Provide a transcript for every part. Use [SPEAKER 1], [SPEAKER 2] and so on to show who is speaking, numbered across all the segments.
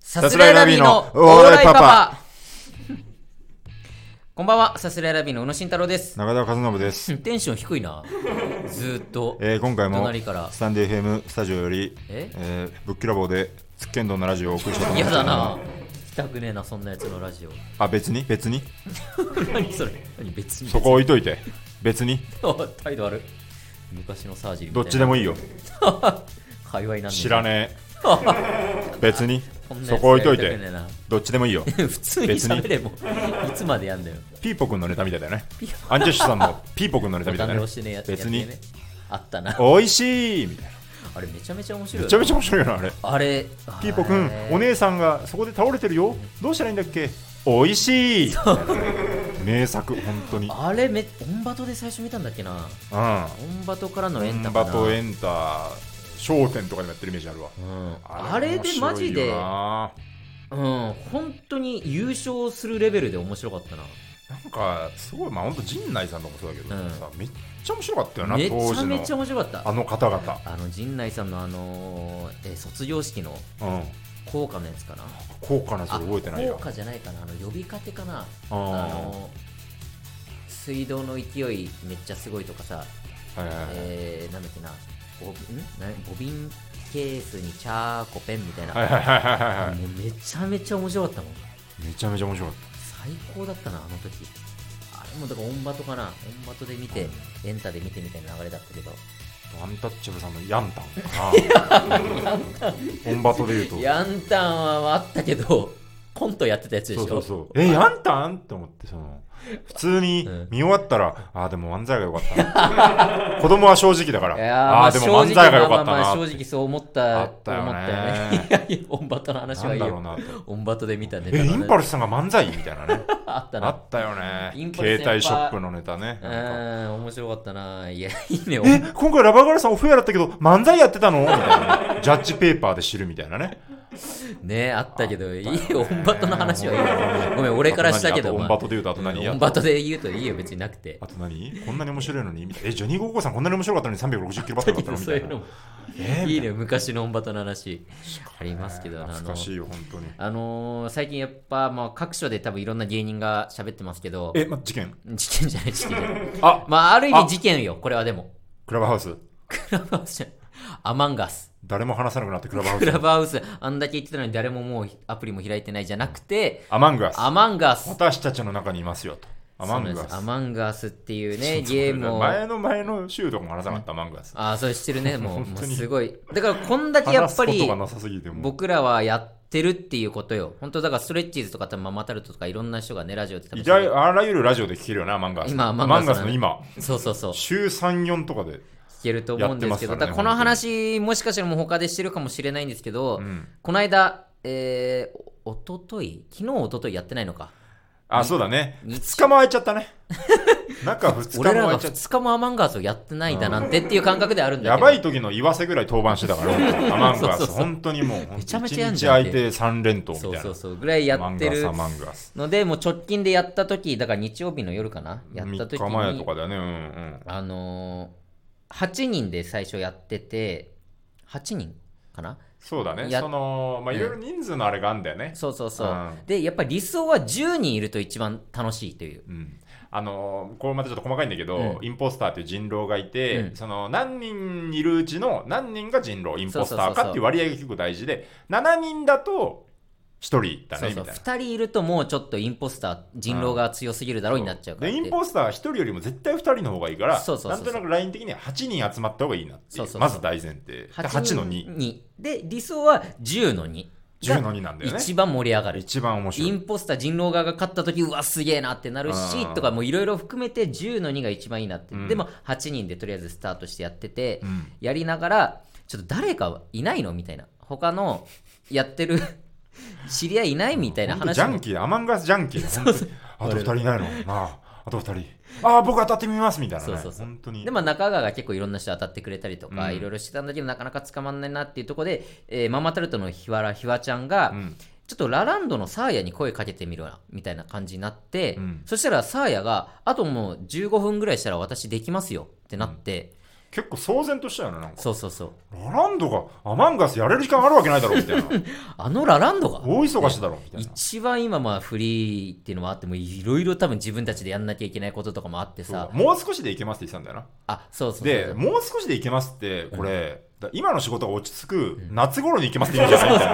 [SPEAKER 1] さすらいラビーのオーライパパ。 こんばんは、さすらいラビーの宇野慎太郎です。
[SPEAKER 2] 中田和 信です、
[SPEAKER 1] テンション低いな。ずーっと。
[SPEAKER 2] えー今回も
[SPEAKER 1] 隣から
[SPEAKER 2] スタンデー FM スタジオより
[SPEAKER 1] え
[SPEAKER 2] えーぶっきらぼうでツッケンドンのラジオをお送りしたいと思い
[SPEAKER 1] 嫌
[SPEAKER 2] ます
[SPEAKER 1] だな。聞きたくねえな、そんなやつのラジオ。
[SPEAKER 2] あ別に別に
[SPEAKER 1] 何それ何別に。
[SPEAKER 2] そこ置いといて別に
[SPEAKER 1] お 態度悪い。昔のサージみたい
[SPEAKER 2] ど
[SPEAKER 1] な。
[SPEAKER 2] っちでもいいよ
[SPEAKER 1] 界隈なんで。
[SPEAKER 2] 知らね え別に
[SPEAKER 1] こんなやつ
[SPEAKER 2] そこ置いとい
[SPEAKER 1] やりたくね
[SPEAKER 2] て
[SPEAKER 1] えな
[SPEAKER 2] どっちでもい いよ
[SPEAKER 1] 普通に喋れも。いつまでやんだよ。
[SPEAKER 2] ピーポくんのネタみたいだよね
[SPEAKER 1] ピー
[SPEAKER 2] アンジェッシュさ んのピーポくんのネタ
[SPEAKER 1] ボ
[SPEAKER 2] みた
[SPEAKER 1] タ
[SPEAKER 2] い
[SPEAKER 1] ンで押
[SPEAKER 2] だよね
[SPEAKER 1] してねやつ
[SPEAKER 2] 別に
[SPEAKER 1] やってねあったな。
[SPEAKER 2] おいしいみたいな
[SPEAKER 1] あれめちゃめちゃ面白いよ
[SPEAKER 2] め
[SPEAKER 1] ね。
[SPEAKER 2] ちゃめちゃ面白いよなあれ
[SPEAKER 1] あれ。
[SPEAKER 2] ピーポくん
[SPEAKER 1] あれ
[SPEAKER 2] お姉さんがそこで倒れてるよどうしたらいいんだっけおいしい名作本当にうん
[SPEAKER 1] あれめ、オンバトで最初見たんだっけな。オンバトからのエン
[SPEAKER 2] ン
[SPEAKER 1] タか
[SPEAKER 2] バ
[SPEAKER 1] な。
[SPEAKER 2] とエンター商店とかでもやってるイメージあるわ
[SPEAKER 1] うんあれでマジ
[SPEAKER 2] 面白い
[SPEAKER 1] で、う
[SPEAKER 2] よ
[SPEAKER 1] ん、
[SPEAKER 2] な
[SPEAKER 1] 本当に優勝するレベルで面白かったな。
[SPEAKER 2] なんかすごいまあ本当陣内さんとかもそうだけど
[SPEAKER 1] うん
[SPEAKER 2] さめっちゃ面白かったよな
[SPEAKER 1] めち
[SPEAKER 2] 当
[SPEAKER 1] ゃ
[SPEAKER 2] 時
[SPEAKER 1] めちゃ
[SPEAKER 2] の
[SPEAKER 1] 面白かった。
[SPEAKER 2] あの方々
[SPEAKER 1] あの、陣内さんのあのーえー卒業式の
[SPEAKER 2] うん
[SPEAKER 1] 効果のやつかな。
[SPEAKER 2] 高価なやつ
[SPEAKER 1] あ
[SPEAKER 2] 覚えてない
[SPEAKER 1] 効
[SPEAKER 2] よ
[SPEAKER 1] 果じゃないかな。あの、呼びかけかな。
[SPEAKER 2] あ
[SPEAKER 1] あ
[SPEAKER 2] ー
[SPEAKER 1] のー水道の勢いめっちゃすごいとかさ、
[SPEAKER 2] はいはいはい
[SPEAKER 1] えー、なんだっけな、ボビン、なボビンケースにチャーコペンみたいな。
[SPEAKER 2] はいはいはいはいは
[SPEAKER 1] もうめちゃめちゃ面白かったもん。
[SPEAKER 2] いめちゃめちゃ面白かっ
[SPEAKER 1] 最高だったなあの時あれもだからオンバトかなオンバトで見てエンタで見てみたいな流れだったけど
[SPEAKER 2] たアンタッチャブルさんのヤンタンか なオンバトで言うと
[SPEAKER 1] ヤンタンはあったけどコントやってたやつでし
[SPEAKER 2] そ
[SPEAKER 1] ょ
[SPEAKER 2] うそうそうえ やんたんって思ってその普通に
[SPEAKER 1] うん
[SPEAKER 2] 見終わったら、ああでも漫才が良かったな 子供は正直だから
[SPEAKER 1] いやーま
[SPEAKER 2] あ
[SPEAKER 1] あ
[SPEAKER 2] あーでも漫才が良かっ
[SPEAKER 1] ま
[SPEAKER 2] た
[SPEAKER 1] あまあ
[SPEAKER 2] な
[SPEAKER 1] まあ正直そう思った
[SPEAKER 2] あったよね
[SPEAKER 1] 思ったよねいや いやオンバトの話
[SPEAKER 2] な
[SPEAKER 1] はいい
[SPEAKER 2] んだろう
[SPEAKER 1] よ
[SPEAKER 2] なと
[SPEAKER 1] オンバトで見たネタ
[SPEAKER 2] え
[SPEAKER 1] の
[SPEAKER 2] イ
[SPEAKER 1] 話
[SPEAKER 2] ンパルスさんが漫才みたいなね
[SPEAKER 1] あった
[SPEAKER 2] あ
[SPEAKER 1] な
[SPEAKER 2] ったよね
[SPEAKER 1] インパルス
[SPEAKER 2] 携帯ショップのネタね
[SPEAKER 1] う
[SPEAKER 2] なんか
[SPEAKER 1] ーん面白かったないやいいねオン
[SPEAKER 2] え今回ラバーガールさんオフェアだったけど漫才やってたのみたいな、ジャッジペーパーで知るみたいなね
[SPEAKER 1] ねあったけどいい
[SPEAKER 2] あった
[SPEAKER 1] よ
[SPEAKER 2] よ
[SPEAKER 1] オ
[SPEAKER 2] ね
[SPEAKER 1] ンバトの話はいいよごめん俺からしたけど
[SPEAKER 2] あと何あとオンバトで言うとあと何
[SPEAKER 1] オンバトで言うといいよ別になくて
[SPEAKER 2] あと何こんなに面白いのにみたいなえジョニー・ゴーゴーさんこんなに面白かったのに360キロバットだったのみ
[SPEAKER 1] そ
[SPEAKER 2] た
[SPEAKER 1] う
[SPEAKER 2] い
[SPEAKER 1] い
[SPEAKER 2] な
[SPEAKER 1] うのも
[SPEAKER 2] えー
[SPEAKER 1] いいね昔のオンバトの話ありますけどあ
[SPEAKER 2] 懐
[SPEAKER 1] の
[SPEAKER 2] かしいよ本当に
[SPEAKER 1] あのー最近やっぱ、まあ、各所で多分いろんな芸人が喋ってますけど
[SPEAKER 2] え、ま、事件
[SPEAKER 1] 事件じゃない 事件じゃない
[SPEAKER 2] あ
[SPEAKER 1] まあある意
[SPEAKER 2] あ
[SPEAKER 1] 味事件よこれはでも
[SPEAKER 2] クラブハウス
[SPEAKER 1] クラブハウスじゃないアマンガス
[SPEAKER 2] 誰も話さなくなってクラブハウ
[SPEAKER 1] ク
[SPEAKER 2] ス
[SPEAKER 1] ラブハウスあんだけ言ってたのに誰ももうアプリも開いてないじゃなくて
[SPEAKER 2] アマングアス
[SPEAKER 1] アマンガス
[SPEAKER 2] 私たちの中にいますよとアマング
[SPEAKER 1] そうなん
[SPEAKER 2] ア
[SPEAKER 1] です
[SPEAKER 2] ス
[SPEAKER 1] アマンガスって いうねゲームを
[SPEAKER 2] 前の前の週とかも話さなかったアマングアス
[SPEAKER 1] ああそうしてるねもう
[SPEAKER 2] 本
[SPEAKER 1] もう
[SPEAKER 2] 当に
[SPEAKER 1] すごいだからこんだけや
[SPEAKER 2] 話
[SPEAKER 1] っ
[SPEAKER 2] す
[SPEAKER 1] ぱ
[SPEAKER 2] こと
[SPEAKER 1] り
[SPEAKER 2] がなさすぎてもう
[SPEAKER 1] 僕らはやってるっていうことよ。本当だからストレッチーズとか多分ママタルトとかいろんな人がね、ラジオで多分
[SPEAKER 2] いたいあらゆるラジオで聞けるよなアマングアス
[SPEAKER 1] 今
[SPEAKER 2] ア
[SPEAKER 1] アマ
[SPEAKER 2] マ
[SPEAKER 1] ングアス
[SPEAKER 2] ングアスの今
[SPEAKER 1] そうそうそう。聞
[SPEAKER 2] 週34とかで
[SPEAKER 1] けると思うんですけど、
[SPEAKER 2] やっ
[SPEAKER 1] だか
[SPEAKER 2] てますからね
[SPEAKER 1] らこの話もしかしたらもう他でしてるかもしれないんですけど、
[SPEAKER 2] うん
[SPEAKER 1] この間、えー、おととい昨日おとといやってないのか。
[SPEAKER 2] あそうだね
[SPEAKER 1] 日
[SPEAKER 2] 2日も空いちゃったね
[SPEAKER 1] 俺らが
[SPEAKER 2] 中2日も空いちゃった
[SPEAKER 1] 2日もアマンガースをやってないだなんてっていう感覚であるんだけど。
[SPEAKER 2] やばい時の岩瀬ぐらい登板して たから俺アマン
[SPEAKER 1] そ
[SPEAKER 2] グア
[SPEAKER 1] う
[SPEAKER 2] ス
[SPEAKER 1] そうそう
[SPEAKER 2] 本当にもう
[SPEAKER 1] めちゃ
[SPEAKER 2] 1
[SPEAKER 1] めちゃやん
[SPEAKER 2] 日
[SPEAKER 1] じゃん
[SPEAKER 2] 空いて3連投みた
[SPEAKER 1] そう
[SPEAKER 2] い
[SPEAKER 1] そう
[SPEAKER 2] な
[SPEAKER 1] そう。ぐらいやってる
[SPEAKER 2] アマングアスアマングアス
[SPEAKER 1] ので、もう直近でやった時、だから日曜日の夜かな。やった
[SPEAKER 2] 3
[SPEAKER 1] 時
[SPEAKER 2] 日前と
[SPEAKER 1] に
[SPEAKER 2] かだよねうんうん
[SPEAKER 1] あのー、8人で最初やってて8人かな
[SPEAKER 2] そうだね
[SPEAKER 1] や
[SPEAKER 2] そのまあいろいろ人数のあれがあんだよね
[SPEAKER 1] そうそうそう、
[SPEAKER 2] うん
[SPEAKER 1] でやっぱり理想は10人いると一番楽しいという
[SPEAKER 2] うんあのーこれまたちょっと細かいんだけど、
[SPEAKER 1] うん
[SPEAKER 2] インポスターという人狼がいて、
[SPEAKER 1] うん
[SPEAKER 2] その何人いるうちの何人が人狼インポス
[SPEAKER 1] そうそ
[SPEAKER 2] ター
[SPEAKER 1] うそうそ
[SPEAKER 2] か
[SPEAKER 1] う
[SPEAKER 2] っていう割合が結構大事で7人だと1人だ
[SPEAKER 1] そ
[SPEAKER 2] ね
[SPEAKER 1] う
[SPEAKER 2] み
[SPEAKER 1] そ
[SPEAKER 2] た
[SPEAKER 1] う
[SPEAKER 2] い
[SPEAKER 1] 2
[SPEAKER 2] な。
[SPEAKER 1] 人いるともうちょっとインポスター人狼が強すぎるだろうになっちゃうから
[SPEAKER 2] で
[SPEAKER 1] って
[SPEAKER 2] インポスター1人よりも絶対2人の方がいいから
[SPEAKER 1] そうそうそうそう
[SPEAKER 2] なんとなくライン的には8人集まった方がいいなっていう
[SPEAKER 1] そうそうそう
[SPEAKER 2] まず大前提で8, の210
[SPEAKER 1] 2で理想は10の2
[SPEAKER 2] の2なんだよね
[SPEAKER 1] 一番盛り上がる
[SPEAKER 2] 一番面白
[SPEAKER 1] イ
[SPEAKER 2] い
[SPEAKER 1] ンポスター人狼側が勝った時うわすげえなってなるし
[SPEAKER 2] うん
[SPEAKER 1] とかもういろいろ含めて10の2が一番いいなって、
[SPEAKER 2] うん
[SPEAKER 1] でも8人でとりあえずスタートしてやってて、
[SPEAKER 2] うん
[SPEAKER 1] やりながら、ちょっと誰かいないのみたいな。他のやってる 知り合いいないみたいな
[SPEAKER 2] ほんとジ
[SPEAKER 1] 話
[SPEAKER 2] ャン
[SPEAKER 1] も。
[SPEAKER 2] キーアマンガスジャ ンキーだ本当にあと2人いないのなああと2人ああ僕当たってみますみたいなね
[SPEAKER 1] そうそうそう
[SPEAKER 2] 本当に
[SPEAKER 1] で、まあ中川が結構いろんな人当たってくれたりとか、
[SPEAKER 2] うん
[SPEAKER 1] いろいろしてたんだけど、なかなか捕まんないなっていうところで、えーママタルトのひわらひわちゃんが、
[SPEAKER 2] うん
[SPEAKER 1] ちょっとラランドのサーヤに声かけてみろな、みたいな感じになって、
[SPEAKER 2] うん
[SPEAKER 1] そしたらサーヤが、あともう15分ぐらいしたら私できますよってなって、
[SPEAKER 2] 結構騒然としたよねなんか
[SPEAKER 1] そうそうそう
[SPEAKER 2] ラランドがアマンガスやれる時間あるわけないだろみたいな
[SPEAKER 1] あのラランドが
[SPEAKER 2] 大忙しだろみたいな
[SPEAKER 1] 一番今まあフリーっていうのもあってもいろいろ多分自分たちでやんなきゃいけないこととかもあって
[SPEAKER 2] そう
[SPEAKER 1] さ
[SPEAKER 2] だもう少しで行けますって言ってたんだよ
[SPEAKER 1] あそうそうそう
[SPEAKER 2] なでもう少しで行けますってこれ、だ今の仕事が落ち着く夏頃に行けますって言うんじゃないみたい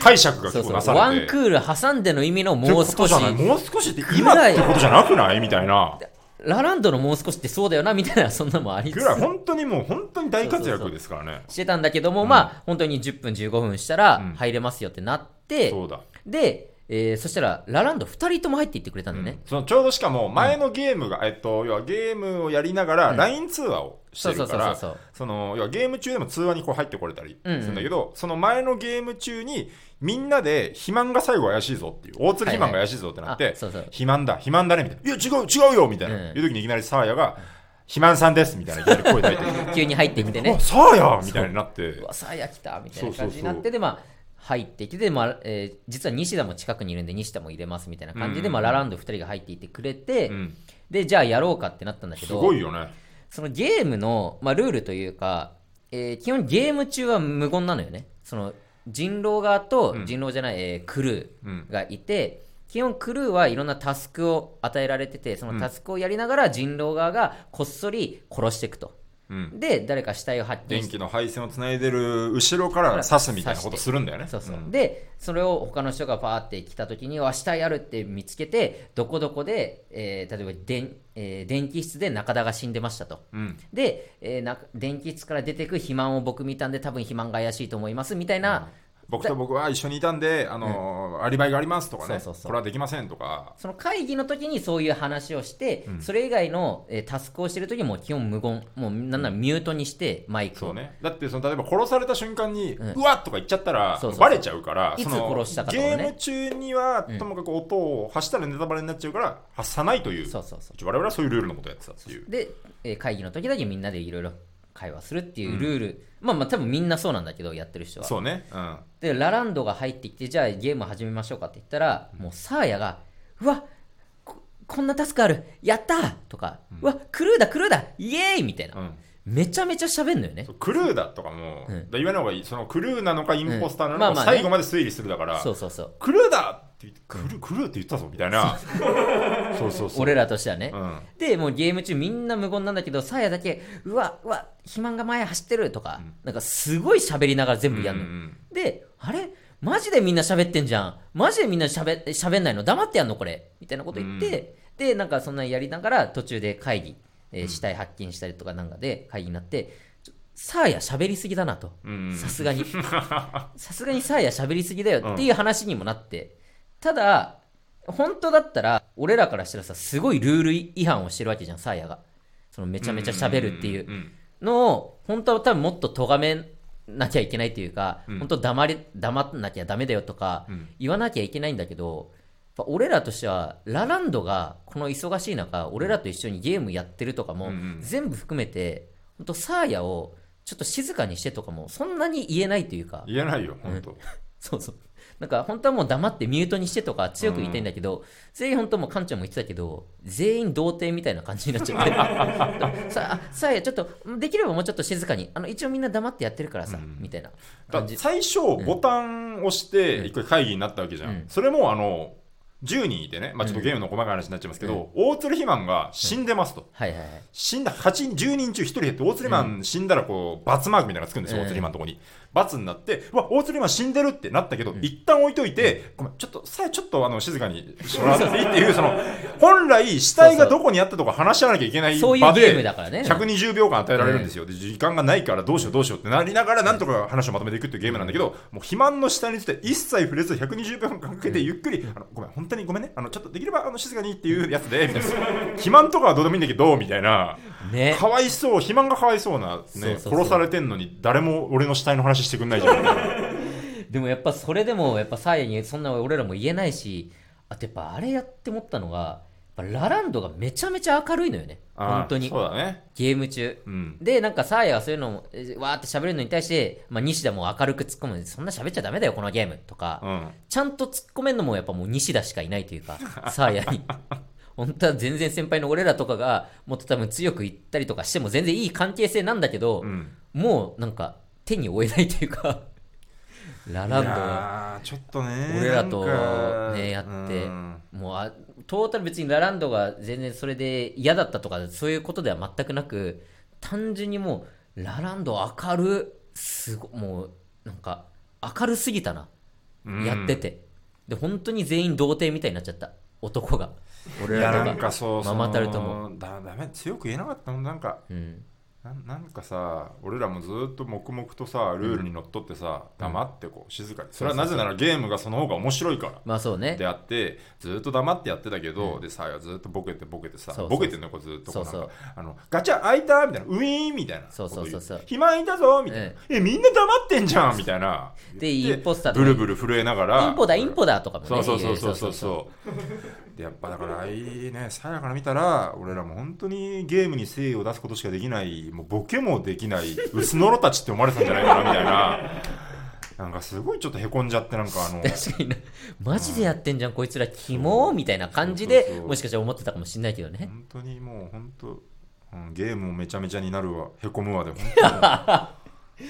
[SPEAKER 2] な解釈が
[SPEAKER 1] そうそ
[SPEAKER 2] 結構
[SPEAKER 1] う
[SPEAKER 2] なされて
[SPEAKER 1] ワンクール挟んでの意味のもう
[SPEAKER 2] ってこ
[SPEAKER 1] 少し
[SPEAKER 2] とじゃないもう少しって今ってことじゃなくないみたいな
[SPEAKER 1] ラランドのもう少しってそうだよなみたいなそんなのもありつ
[SPEAKER 2] ぐ
[SPEAKER 1] つ
[SPEAKER 2] らい本当にもう本当に大活躍ですからね
[SPEAKER 1] してたんだけども、
[SPEAKER 2] うん
[SPEAKER 1] まあ本当に10分15分したら
[SPEAKER 2] うん
[SPEAKER 1] 入れますよってなって、
[SPEAKER 2] そうだ、
[SPEAKER 1] で、えーそしたらラランド2人とも入っていってくれたんだ
[SPEAKER 2] う
[SPEAKER 1] ね
[SPEAKER 2] ん、そのちょうどしかも前のゲームが、えっと、要はゲームをやりながら LINE 通話をして
[SPEAKER 1] そうそ
[SPEAKER 2] る
[SPEAKER 1] う
[SPEAKER 2] か
[SPEAKER 1] そうそう
[SPEAKER 2] ら
[SPEAKER 1] そう
[SPEAKER 2] その要はゲーム中でも通話にこう入ってこれたりす
[SPEAKER 1] うんうん
[SPEAKER 2] るんだけど、その前のゲーム中にみんなで肥満が最後怪しいぞっていう大鶴肥満が怪しいぞってなって、
[SPEAKER 1] はいはいあそうそう
[SPEAKER 2] 肥満だ肥満だねみたいないや違う違うよみたいな、
[SPEAKER 1] うん
[SPEAKER 2] いう時にいきなりサーヤが肥満さんですみたいないきなり声出て
[SPEAKER 1] 急に入ってきてね
[SPEAKER 2] あサーヤみたいになって
[SPEAKER 1] うわさあやきたみたい
[SPEAKER 2] そう
[SPEAKER 1] な
[SPEAKER 2] そうそう
[SPEAKER 1] 感じになってでまあ入っていってで、まあえー実は西田も近くにいるんで西田も入れますみたいな感じで、
[SPEAKER 2] うん
[SPEAKER 1] まあ、ラランド2人が入っていってくれて、
[SPEAKER 2] うん、
[SPEAKER 1] でじゃあやろうかってなったんだけ
[SPEAKER 2] す
[SPEAKER 1] ど
[SPEAKER 2] ごいよね
[SPEAKER 1] そのゲームの、まあ、ルールというか、えー基本ゲーム中は無言なのよねその人狼側と
[SPEAKER 2] うん
[SPEAKER 1] 人狼じゃない、えークル
[SPEAKER 2] うん
[SPEAKER 1] ーがいて、基本クルーはいろんなタスクを与えられててそのタスクをやりながら人狼側がこっそり殺していくと
[SPEAKER 2] うん
[SPEAKER 1] で誰か死体を発見
[SPEAKER 2] 電
[SPEAKER 1] して
[SPEAKER 2] 気の配線をつないでる後ろから刺すみたいなことするんだよね。
[SPEAKER 1] そうそう、
[SPEAKER 2] ん
[SPEAKER 1] でそれを他の人がパーって来た時に「明日やる」って見つけてどこどこで、えー例えばでん、えー電気室で中田が死んでましたと
[SPEAKER 2] うん
[SPEAKER 1] で、えーな電気室から出てく肥満を僕見たんで多分肥満が怪しいと思いますみたいな、
[SPEAKER 2] 僕と僕は一緒にいたんで、あのーアリバイがありますとかね
[SPEAKER 1] そうそうそう
[SPEAKER 2] これはできませんとか、
[SPEAKER 1] その会議の時にそういう話をして、
[SPEAKER 2] うん
[SPEAKER 1] それ以外の、えータスクをしてる時もう基本無言もうなんならミュートにしてマイクを
[SPEAKER 2] そうね、だってその例えば殺された瞬間に、うんわっとか言っちゃったら
[SPEAKER 1] そうそうそう
[SPEAKER 2] バレちゃうから
[SPEAKER 1] いつ
[SPEAKER 2] その
[SPEAKER 1] 殺したかと
[SPEAKER 2] ゲ
[SPEAKER 1] かね
[SPEAKER 2] ーム中にはともかく音を発したらネタバレになっちゃうから発さないという,、
[SPEAKER 1] そうそうそう
[SPEAKER 2] 我々はそういうルールのことをやってたっていう。
[SPEAKER 1] で、えー会議の時だけみんなでいろいろ会話するっていうルール、まあまあ多分みんなそうなんだけどやってる人は
[SPEAKER 2] そうね、うん、
[SPEAKER 1] でラランドが入ってきてじゃあゲーム始めましょうかって言ったら、もうサーヤが「うわここんなタスクあるやったー!」とか「うわクルーだクルーだイエーイ!」みたいな、
[SPEAKER 2] うん
[SPEAKER 1] めちゃめちゃ喋んのよね
[SPEAKER 2] そうクルーだとかも、
[SPEAKER 1] うん
[SPEAKER 2] だから言わない方がいいそのクルーなのかインポスターなの
[SPEAKER 1] ま
[SPEAKER 2] か、
[SPEAKER 1] あまあね
[SPEAKER 2] 最後まで推理するだから
[SPEAKER 1] そうそうそう
[SPEAKER 2] クルーだって言ってクルークルーって言ったぞみたいなそうそうそう
[SPEAKER 1] 俺らとしてはね、
[SPEAKER 2] うん
[SPEAKER 1] でもうゲーム中みんな無言なんだけどサーヤだけ「うわうわ肥満が前走ってる」とか、なんかすごい喋りながら全部やるの、
[SPEAKER 2] うんうん
[SPEAKER 1] であれマジでみんな喋ってんじゃんマジでみんな喋喋んないの黙ってやんのこれみたいなこと言って、でなんかそんなんやりながら途中で会議、えー死体発見したりとかなんかで会議になってちょサーヤ喋りすぎだなと
[SPEAKER 2] うんうん
[SPEAKER 1] さすがにさすがにサーヤ喋りすぎだよっていう話にもなって、ただ本当だったら俺らからしたらさすごいルール違反をしてるわけじゃんサーヤがそのめちゃめちゃ喋るっていう,、
[SPEAKER 2] んん
[SPEAKER 1] のを本当は多分もっと咎めなきゃいけないというか、
[SPEAKER 2] ん
[SPEAKER 1] 本当黙り黙んなきゃダメだよとか
[SPEAKER 2] ん
[SPEAKER 1] 言わなきゃいけないんだけど、やっぱ俺らとしてはラランドがこの忙しい中俺らと一緒にゲームやってるとかも
[SPEAKER 2] うんうん
[SPEAKER 1] 全部含めて本当サーヤをちょっと静かにしてとかもそんなに言えないというか
[SPEAKER 2] 言えないよ本当
[SPEAKER 1] そうそうなんか本当はもう黙ってミュートにしてとか強く言いたいんだけど、全員本当もうカンちゃんも言ってたけど全員童貞みたいな感じになっちゃ ってさあさあやちょっとできればもうちょっと静かにあの一応みんな黙ってやってるからさ、みたいな感
[SPEAKER 2] だ
[SPEAKER 1] じ
[SPEAKER 2] 最初ボタン押して一回会議になったわけじゃ
[SPEAKER 1] うんん
[SPEAKER 2] それもあの10人いてねまあちょっとゲームの細かい話になっちゃいますけど大鶴肥満が死んでますと
[SPEAKER 1] はいはいはい
[SPEAKER 2] 死んだ8 10人中1人減って大鶴肥満死んだらこう罰マークみたいなのがつくんですよ
[SPEAKER 1] うん
[SPEAKER 2] 大鶴肥満のとこに罰になってうわ大鶴肥満死んでるってなったけど一旦置いといてごめんちょっとさえちょっとあの静かにしてもらっていいっていうその本来死体がどこにあったとか話し合わなきゃいけない
[SPEAKER 1] そうい
[SPEAKER 2] 場
[SPEAKER 1] うゲ
[SPEAKER 2] で
[SPEAKER 1] ームだからね
[SPEAKER 2] 120秒間与えられるんですよ、で時間がないからどうしようどうしようってなりながらなんとか話をまとめていくっていうゲームなんだけど、もう肥満の下について一切触れず120秒間かけてゆっくり、あのごめん本当にごめんねあのちょっとできればあの静かにっていうやつでみたいな肥満とかはどうでもいいんだけどみたいな
[SPEAKER 1] ね
[SPEAKER 2] かわいそう肥満がかわいそうな、ね、
[SPEAKER 1] そうそうそう
[SPEAKER 2] 殺されてんのに誰も俺の死体の話してくんないじゃんみたいな
[SPEAKER 1] でもやっぱそれでもやっぱサーヤにそんな俺らも言えないしあとやっぱあれやって思ったのがやっぱラランドがめちゃめちゃ明るいのよね
[SPEAKER 2] あー
[SPEAKER 1] 本当に
[SPEAKER 2] そうだね
[SPEAKER 1] ゲーム中
[SPEAKER 2] うん
[SPEAKER 1] でなんかサーヤはそういうのをえーわーって喋るのに対して、まあ、西田も明るく突っ込むそんな喋っちゃダメだよこのゲームとか、
[SPEAKER 2] うん
[SPEAKER 1] ちゃんと突っ込めるのもやっぱもう西田しかいないというかサーヤに本当は全然先輩の俺らとかがもっと多分強く言ったりとかしても全然いい関係性なんだけど、
[SPEAKER 2] うん
[SPEAKER 1] もうなんか手に負えないというか ラランドは。
[SPEAKER 2] いやーちょっとね
[SPEAKER 1] 俺らと
[SPEAKER 2] なんか
[SPEAKER 1] ねやって
[SPEAKER 2] うん
[SPEAKER 1] もうあトータル別にラランドが全然それで嫌だったとかそういうことでは全くなく単純にもうラランド明るすごもうなんか明るすぎたな、
[SPEAKER 2] うん
[SPEAKER 1] やっててで本当に全員童貞みたいになっちゃった男が俺
[SPEAKER 2] いや
[SPEAKER 1] ら
[SPEAKER 2] なん
[SPEAKER 1] とか
[SPEAKER 2] かそう
[SPEAKER 1] マ
[SPEAKER 2] そ
[SPEAKER 1] マ
[SPEAKER 2] の
[SPEAKER 1] タルトも
[SPEAKER 2] だだめ強く言えなかったのなんか
[SPEAKER 1] うん
[SPEAKER 2] なんなんかさ俺らもずっと黙々とさルールにのっとってさ、黙ってこう静かにそれはなぜならゲームがその方が面白いから
[SPEAKER 1] まあそうね
[SPEAKER 2] であってずっと黙ってやってたけど、でさずっとボケてボケて
[SPEAKER 1] そ
[SPEAKER 2] さ
[SPEAKER 1] うそう
[SPEAKER 2] ボケてんのこうずっとこうなんか
[SPEAKER 1] そうそう
[SPEAKER 2] あのガチャ開いたみたいなウィーンみたいな
[SPEAKER 1] そうそうそうそう
[SPEAKER 2] こと言肥満いたぞみたいな、
[SPEAKER 1] うん
[SPEAKER 2] えみんな黙ってんじゃんみたいな
[SPEAKER 1] で
[SPEAKER 2] 言っ
[SPEAKER 1] イ
[SPEAKER 2] て
[SPEAKER 1] ンポスターと
[SPEAKER 2] ブ
[SPEAKER 1] か
[SPEAKER 2] ルブル震えながら
[SPEAKER 1] インポだインポだとかもね
[SPEAKER 2] そうそうそう
[SPEAKER 1] 言
[SPEAKER 2] そうそうそうでやっぱだからああいうねさやから見たら俺らも本当にゲームに誠意を出すことしかできないもうボケもできない薄のろたちって思われてたんじゃないかなみたいななんかすごいちょっとへこんじゃってなんかあの
[SPEAKER 1] 確かになマジでやってんじゃんこいつらキモーみたいな感じで
[SPEAKER 2] そうそうそう
[SPEAKER 1] もしかしたら思ってたかもしれないけどね
[SPEAKER 2] 本当にもう本当、うん、ゲームもめちゃめちゃになるわへこむわで本当に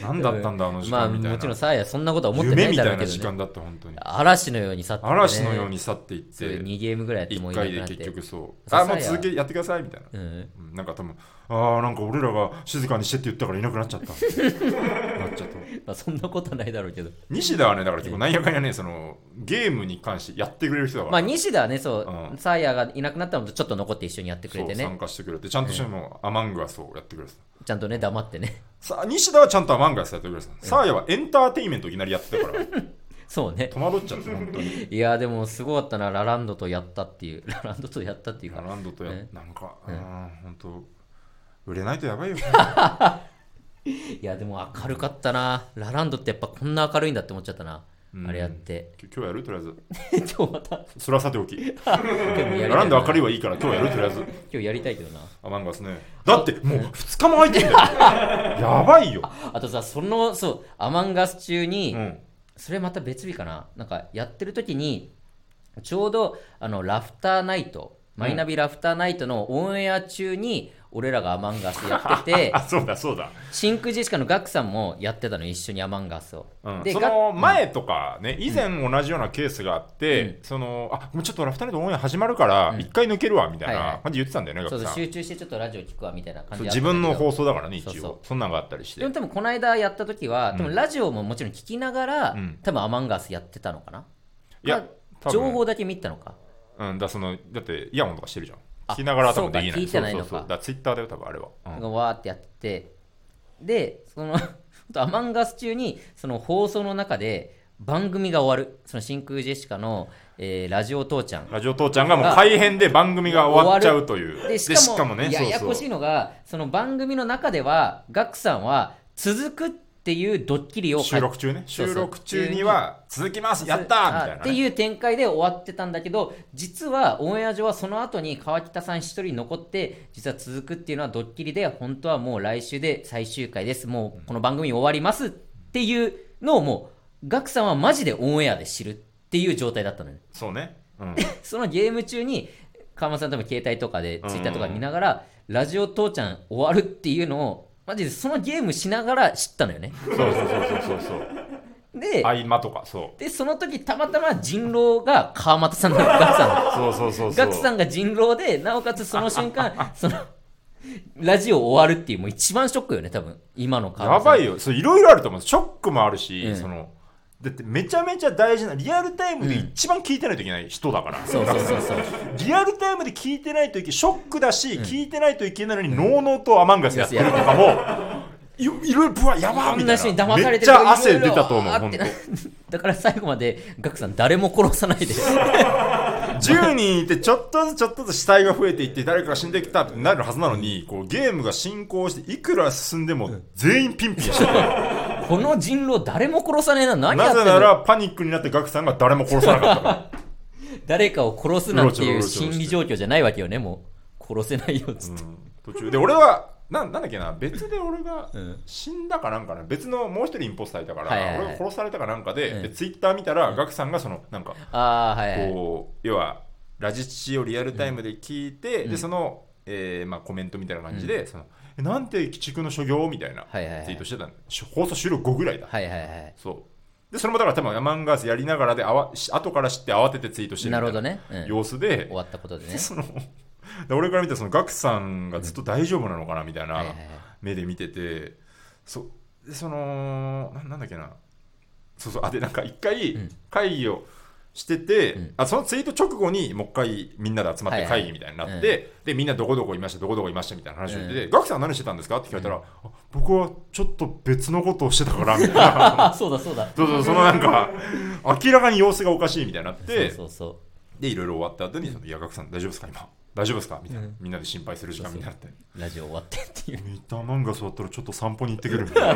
[SPEAKER 2] 何だったんだあの時
[SPEAKER 1] まあ
[SPEAKER 2] 間みたいな、
[SPEAKER 1] もちろんサーヤそんなことは思ってな
[SPEAKER 2] 夢
[SPEAKER 1] い
[SPEAKER 2] み
[SPEAKER 1] だ
[SPEAKER 2] た
[SPEAKER 1] ろうけど
[SPEAKER 2] いな時
[SPEAKER 1] ね
[SPEAKER 2] 間だった本当に
[SPEAKER 1] 嵐のように去って、ね、
[SPEAKER 2] 嵐のように去っていっ
[SPEAKER 1] そう
[SPEAKER 2] て
[SPEAKER 1] 2ゲームぐらいやってもう
[SPEAKER 2] 1
[SPEAKER 1] いな
[SPEAKER 2] 回
[SPEAKER 1] く
[SPEAKER 2] で
[SPEAKER 1] なって
[SPEAKER 2] 結局そう
[SPEAKER 1] さ
[SPEAKER 2] あもう
[SPEAKER 1] さや
[SPEAKER 2] 続けやってくださいみたいな
[SPEAKER 1] うん、
[SPEAKER 2] うんなんか多分ああなんか俺らが静かにしてって言ったからいなくなっ ちゃったなっちゃった
[SPEAKER 1] まあ、そんなことはないだろう けど
[SPEAKER 2] 西田はねだから結構なんやかんやねそのゲームに関してやってくれる人だから、
[SPEAKER 1] まあ西田はねそう、
[SPEAKER 2] うん
[SPEAKER 1] サーヤがいなくなったのとちょっと残って一緒にやってくれて
[SPEAKER 2] そう参
[SPEAKER 1] ね
[SPEAKER 2] 加してくれてちゃんとしてもうアマングアスをやってくれてた
[SPEAKER 1] ちゃんとね黙ってね
[SPEAKER 2] さあ西田はちゃんとアマングアスやってくれてたサーヤはエンターテインメントをいきなりやってたから
[SPEAKER 1] そうね
[SPEAKER 2] 戸惑っちゃって本当に
[SPEAKER 1] いやでもすごかったなラランドとやったっていう ラランドとやったっていう
[SPEAKER 2] ラ
[SPEAKER 1] か
[SPEAKER 2] ランドとや
[SPEAKER 1] ね
[SPEAKER 2] なんか
[SPEAKER 1] ね
[SPEAKER 2] うん本当売れないとやば いよ
[SPEAKER 1] いやでも明るかったなラランドってやっぱこんな明るいんだって思っちゃったな、
[SPEAKER 2] うん
[SPEAKER 1] あれやって
[SPEAKER 2] 今日やるとりあえず
[SPEAKER 1] 今日また
[SPEAKER 2] それはさておきラ
[SPEAKER 1] 今日やりたい
[SPEAKER 2] ランド明るい
[SPEAKER 1] い
[SPEAKER 2] はいいから今日やるとりあえず
[SPEAKER 1] 今日やりたいけどな
[SPEAKER 2] アマンガスね。だってもう2日も空いてん だよ。やばいよ。
[SPEAKER 1] あとさそのそうアマンガス中に、
[SPEAKER 2] うん。
[SPEAKER 1] それまた別日かななんかやってる時にちょうどあのラフターナイトマイナビラフターナイトのオンエア中に俺らがアマンガスやって て
[SPEAKER 2] あ、そうだそうだ。
[SPEAKER 1] 真空ジェシカのガクさんもやってたの一緒にアマンガスを、
[SPEAKER 2] うん、
[SPEAKER 1] で
[SPEAKER 2] そ
[SPEAKER 1] ガ
[SPEAKER 2] の前とかね、以前同じようなケースがあって、
[SPEAKER 1] う
[SPEAKER 2] そのあもうちょっとラフターネットオンエア始まるから、一回抜けるわみた
[SPEAKER 1] は
[SPEAKER 2] い
[SPEAKER 1] いは
[SPEAKER 2] ない感じで言ってたんだよね、
[SPEAKER 1] そう
[SPEAKER 2] 学
[SPEAKER 1] そう
[SPEAKER 2] さん。
[SPEAKER 1] 集中してちょっとラジオ聞くわみたいな感
[SPEAKER 2] そ
[SPEAKER 1] じ
[SPEAKER 2] う
[SPEAKER 1] だった
[SPEAKER 2] 自
[SPEAKER 1] んだけど
[SPEAKER 2] 分の放送だからね、一応。
[SPEAKER 1] そう
[SPEAKER 2] そ
[SPEAKER 1] そ
[SPEAKER 2] んなんがあったりし
[SPEAKER 1] で
[SPEAKER 2] て
[SPEAKER 1] も。多分この間やった時は、でもラジオももちろん聞きながら、
[SPEAKER 2] うん
[SPEAKER 1] 多分アマンガスやってたのかない
[SPEAKER 2] や
[SPEAKER 1] か、
[SPEAKER 2] 多分
[SPEAKER 1] 情報だけ見たのか
[SPEAKER 2] うん、だそのだってイヤホンとかしてるじゃん。
[SPEAKER 1] あ
[SPEAKER 2] 聞きながらは多分でき
[SPEAKER 1] そう
[SPEAKER 2] な
[SPEAKER 1] か
[SPEAKER 2] い。
[SPEAKER 1] 聞いてないのか
[SPEAKER 2] そうそうそうだからツイッターだよ、多分あれは。うん
[SPEAKER 1] がわーってやっててでその アマンガス中にその放送の中で番組が終わるその真空ジェシカの、えーラジオ父ちゃん
[SPEAKER 2] ラジオ父ちゃんがもう改編で番組が終わっちゃうという。
[SPEAKER 1] でしかも
[SPEAKER 2] ね、
[SPEAKER 1] や
[SPEAKER 2] そう
[SPEAKER 1] や
[SPEAKER 2] そ
[SPEAKER 1] こ
[SPEAKER 2] う
[SPEAKER 1] しいのがその番組の中ではガクさんは続くっていうドッキリを
[SPEAKER 2] 収録中ね
[SPEAKER 1] そうそう
[SPEAKER 2] 収録中には続きますやったーみたいな
[SPEAKER 1] あ
[SPEAKER 2] ね
[SPEAKER 1] っていう展開で終わってたんだけど実はオンエア上はその後に川北さん一人残って実は続くっていうのはドッキリで本当はもう来週で最終回ですもうこの番組終わりますっていうのをもうガクさんはマジでオンエアで知るっていう状態だったのよ
[SPEAKER 2] そうね、うん、
[SPEAKER 1] そのゲーム中に川間さん多分携帯とかでツイッターとか見ながらラジオ父ちゃん終わるっていうのをマジでそのゲームしながら知ったのよね
[SPEAKER 2] そうそうそうそうそうそう
[SPEAKER 1] で
[SPEAKER 2] 合間とかそう
[SPEAKER 1] でその時たまたま人狼が川又さんなのガクさんなの
[SPEAKER 2] そうそうそうそ
[SPEAKER 1] ガ
[SPEAKER 2] う
[SPEAKER 1] クさんが人狼で、なおかつその瞬 間、その、ラジオ終わるっていう、もう一番ショックよね、多分今の
[SPEAKER 2] やばい
[SPEAKER 1] よ。
[SPEAKER 2] よそういろいろあると思うショックもあるし、
[SPEAKER 1] うん
[SPEAKER 2] そのだってめちゃめちゃ大事なリアルタイムで一番聞いてないといけない人だから、
[SPEAKER 1] そうそうそうそう。
[SPEAKER 2] リアルタイムで聞いてないといけショックだし、聞いてないといけないのに、ノーノーとアマンガスやってるとかも、いいろいろぶわやばー
[SPEAKER 1] こ
[SPEAKER 2] み
[SPEAKER 1] ん
[SPEAKER 2] た
[SPEAKER 1] な人
[SPEAKER 2] い
[SPEAKER 1] に
[SPEAKER 2] な
[SPEAKER 1] 騙さ
[SPEAKER 2] め
[SPEAKER 1] れ
[SPEAKER 2] ってちゃ汗出たと思う
[SPEAKER 1] わー
[SPEAKER 2] 本
[SPEAKER 1] って
[SPEAKER 2] 当
[SPEAKER 1] なだから最後まで、ガクさん、誰も殺さない で。
[SPEAKER 2] 10人いてちょっとずつちょっとずつ死体が増えていって誰かが死んできたってなるはずなのにこうゲームが進行していくら進んでも全員ピンピンしてる
[SPEAKER 1] この人狼、誰も殺さねえな、何や
[SPEAKER 2] な
[SPEAKER 1] って
[SPEAKER 2] ぜ
[SPEAKER 1] んの
[SPEAKER 2] ならパニックになってガクさんが誰も殺さなかった から
[SPEAKER 1] 誰かを殺すなんていう
[SPEAKER 2] うろちょろうろちょろして
[SPEAKER 1] 心理状況じゃないわけよね、もう。殺せないよ、つって。
[SPEAKER 2] 途中で俺はななんだっけな別で俺が
[SPEAKER 1] ん
[SPEAKER 2] 死んだかなんかな別のもう一人インポスターいたから
[SPEAKER 1] はいはいはい
[SPEAKER 2] 俺が殺されたかなんか
[SPEAKER 1] うん
[SPEAKER 2] ででツイッター見たらガクさんがそのなんか
[SPEAKER 1] ああ、はいはい。
[SPEAKER 2] こう要はラジチをリアルタイムで聞いて、
[SPEAKER 1] うん
[SPEAKER 2] でその、えーまあ、コメントみたいな感じで、そのえなんて鬼畜の所業みたいなツ
[SPEAKER 1] はいはいはい
[SPEAKER 2] イートしてたの、し放送終了後ぐらいだ、
[SPEAKER 1] はいはいはい
[SPEAKER 2] そうでそれもだから多分アマンガースやりながらであわし後から知って慌ててツイートしてる
[SPEAKER 1] な
[SPEAKER 2] み
[SPEAKER 1] るほ
[SPEAKER 2] たい
[SPEAKER 1] ど
[SPEAKER 2] な
[SPEAKER 1] ね、うん
[SPEAKER 2] 様子で、
[SPEAKER 1] 終わったことでね
[SPEAKER 2] そので俺から見たらそのガクさんがずっと大丈夫なのかなみたい
[SPEAKER 1] はいは
[SPEAKER 2] ない
[SPEAKER 1] はい
[SPEAKER 2] 目で見ててそうでそのななんだっけなそうそうあでなんか一回
[SPEAKER 1] うん
[SPEAKER 2] 会議をしてて、
[SPEAKER 1] うん
[SPEAKER 2] あそのツイート直後にもう一回みんなで集まっ
[SPEAKER 1] はい
[SPEAKER 2] て
[SPEAKER 1] はい
[SPEAKER 2] 会議みたいになって、でみんなどこどこいましたどこどこいましたみたいな話をしてて、ガクさんは何してたんですかって聞かれたら、あ僕はちょっと別のことをしてたからみ たいな
[SPEAKER 1] あそうだそう だ
[SPEAKER 2] そうそうそのなんか明らかに様子がおかしいみたいになって
[SPEAKER 1] そうそうそう
[SPEAKER 2] でいろいろ終わった後にその「いやガクさん大丈夫ですか今大丈夫ですか?」みたいな、みんなで心配する時間みたいになって。
[SPEAKER 1] ラジオ終わってっていう
[SPEAKER 2] 三田漫画座ったらちょっと散歩に行ってくるみたい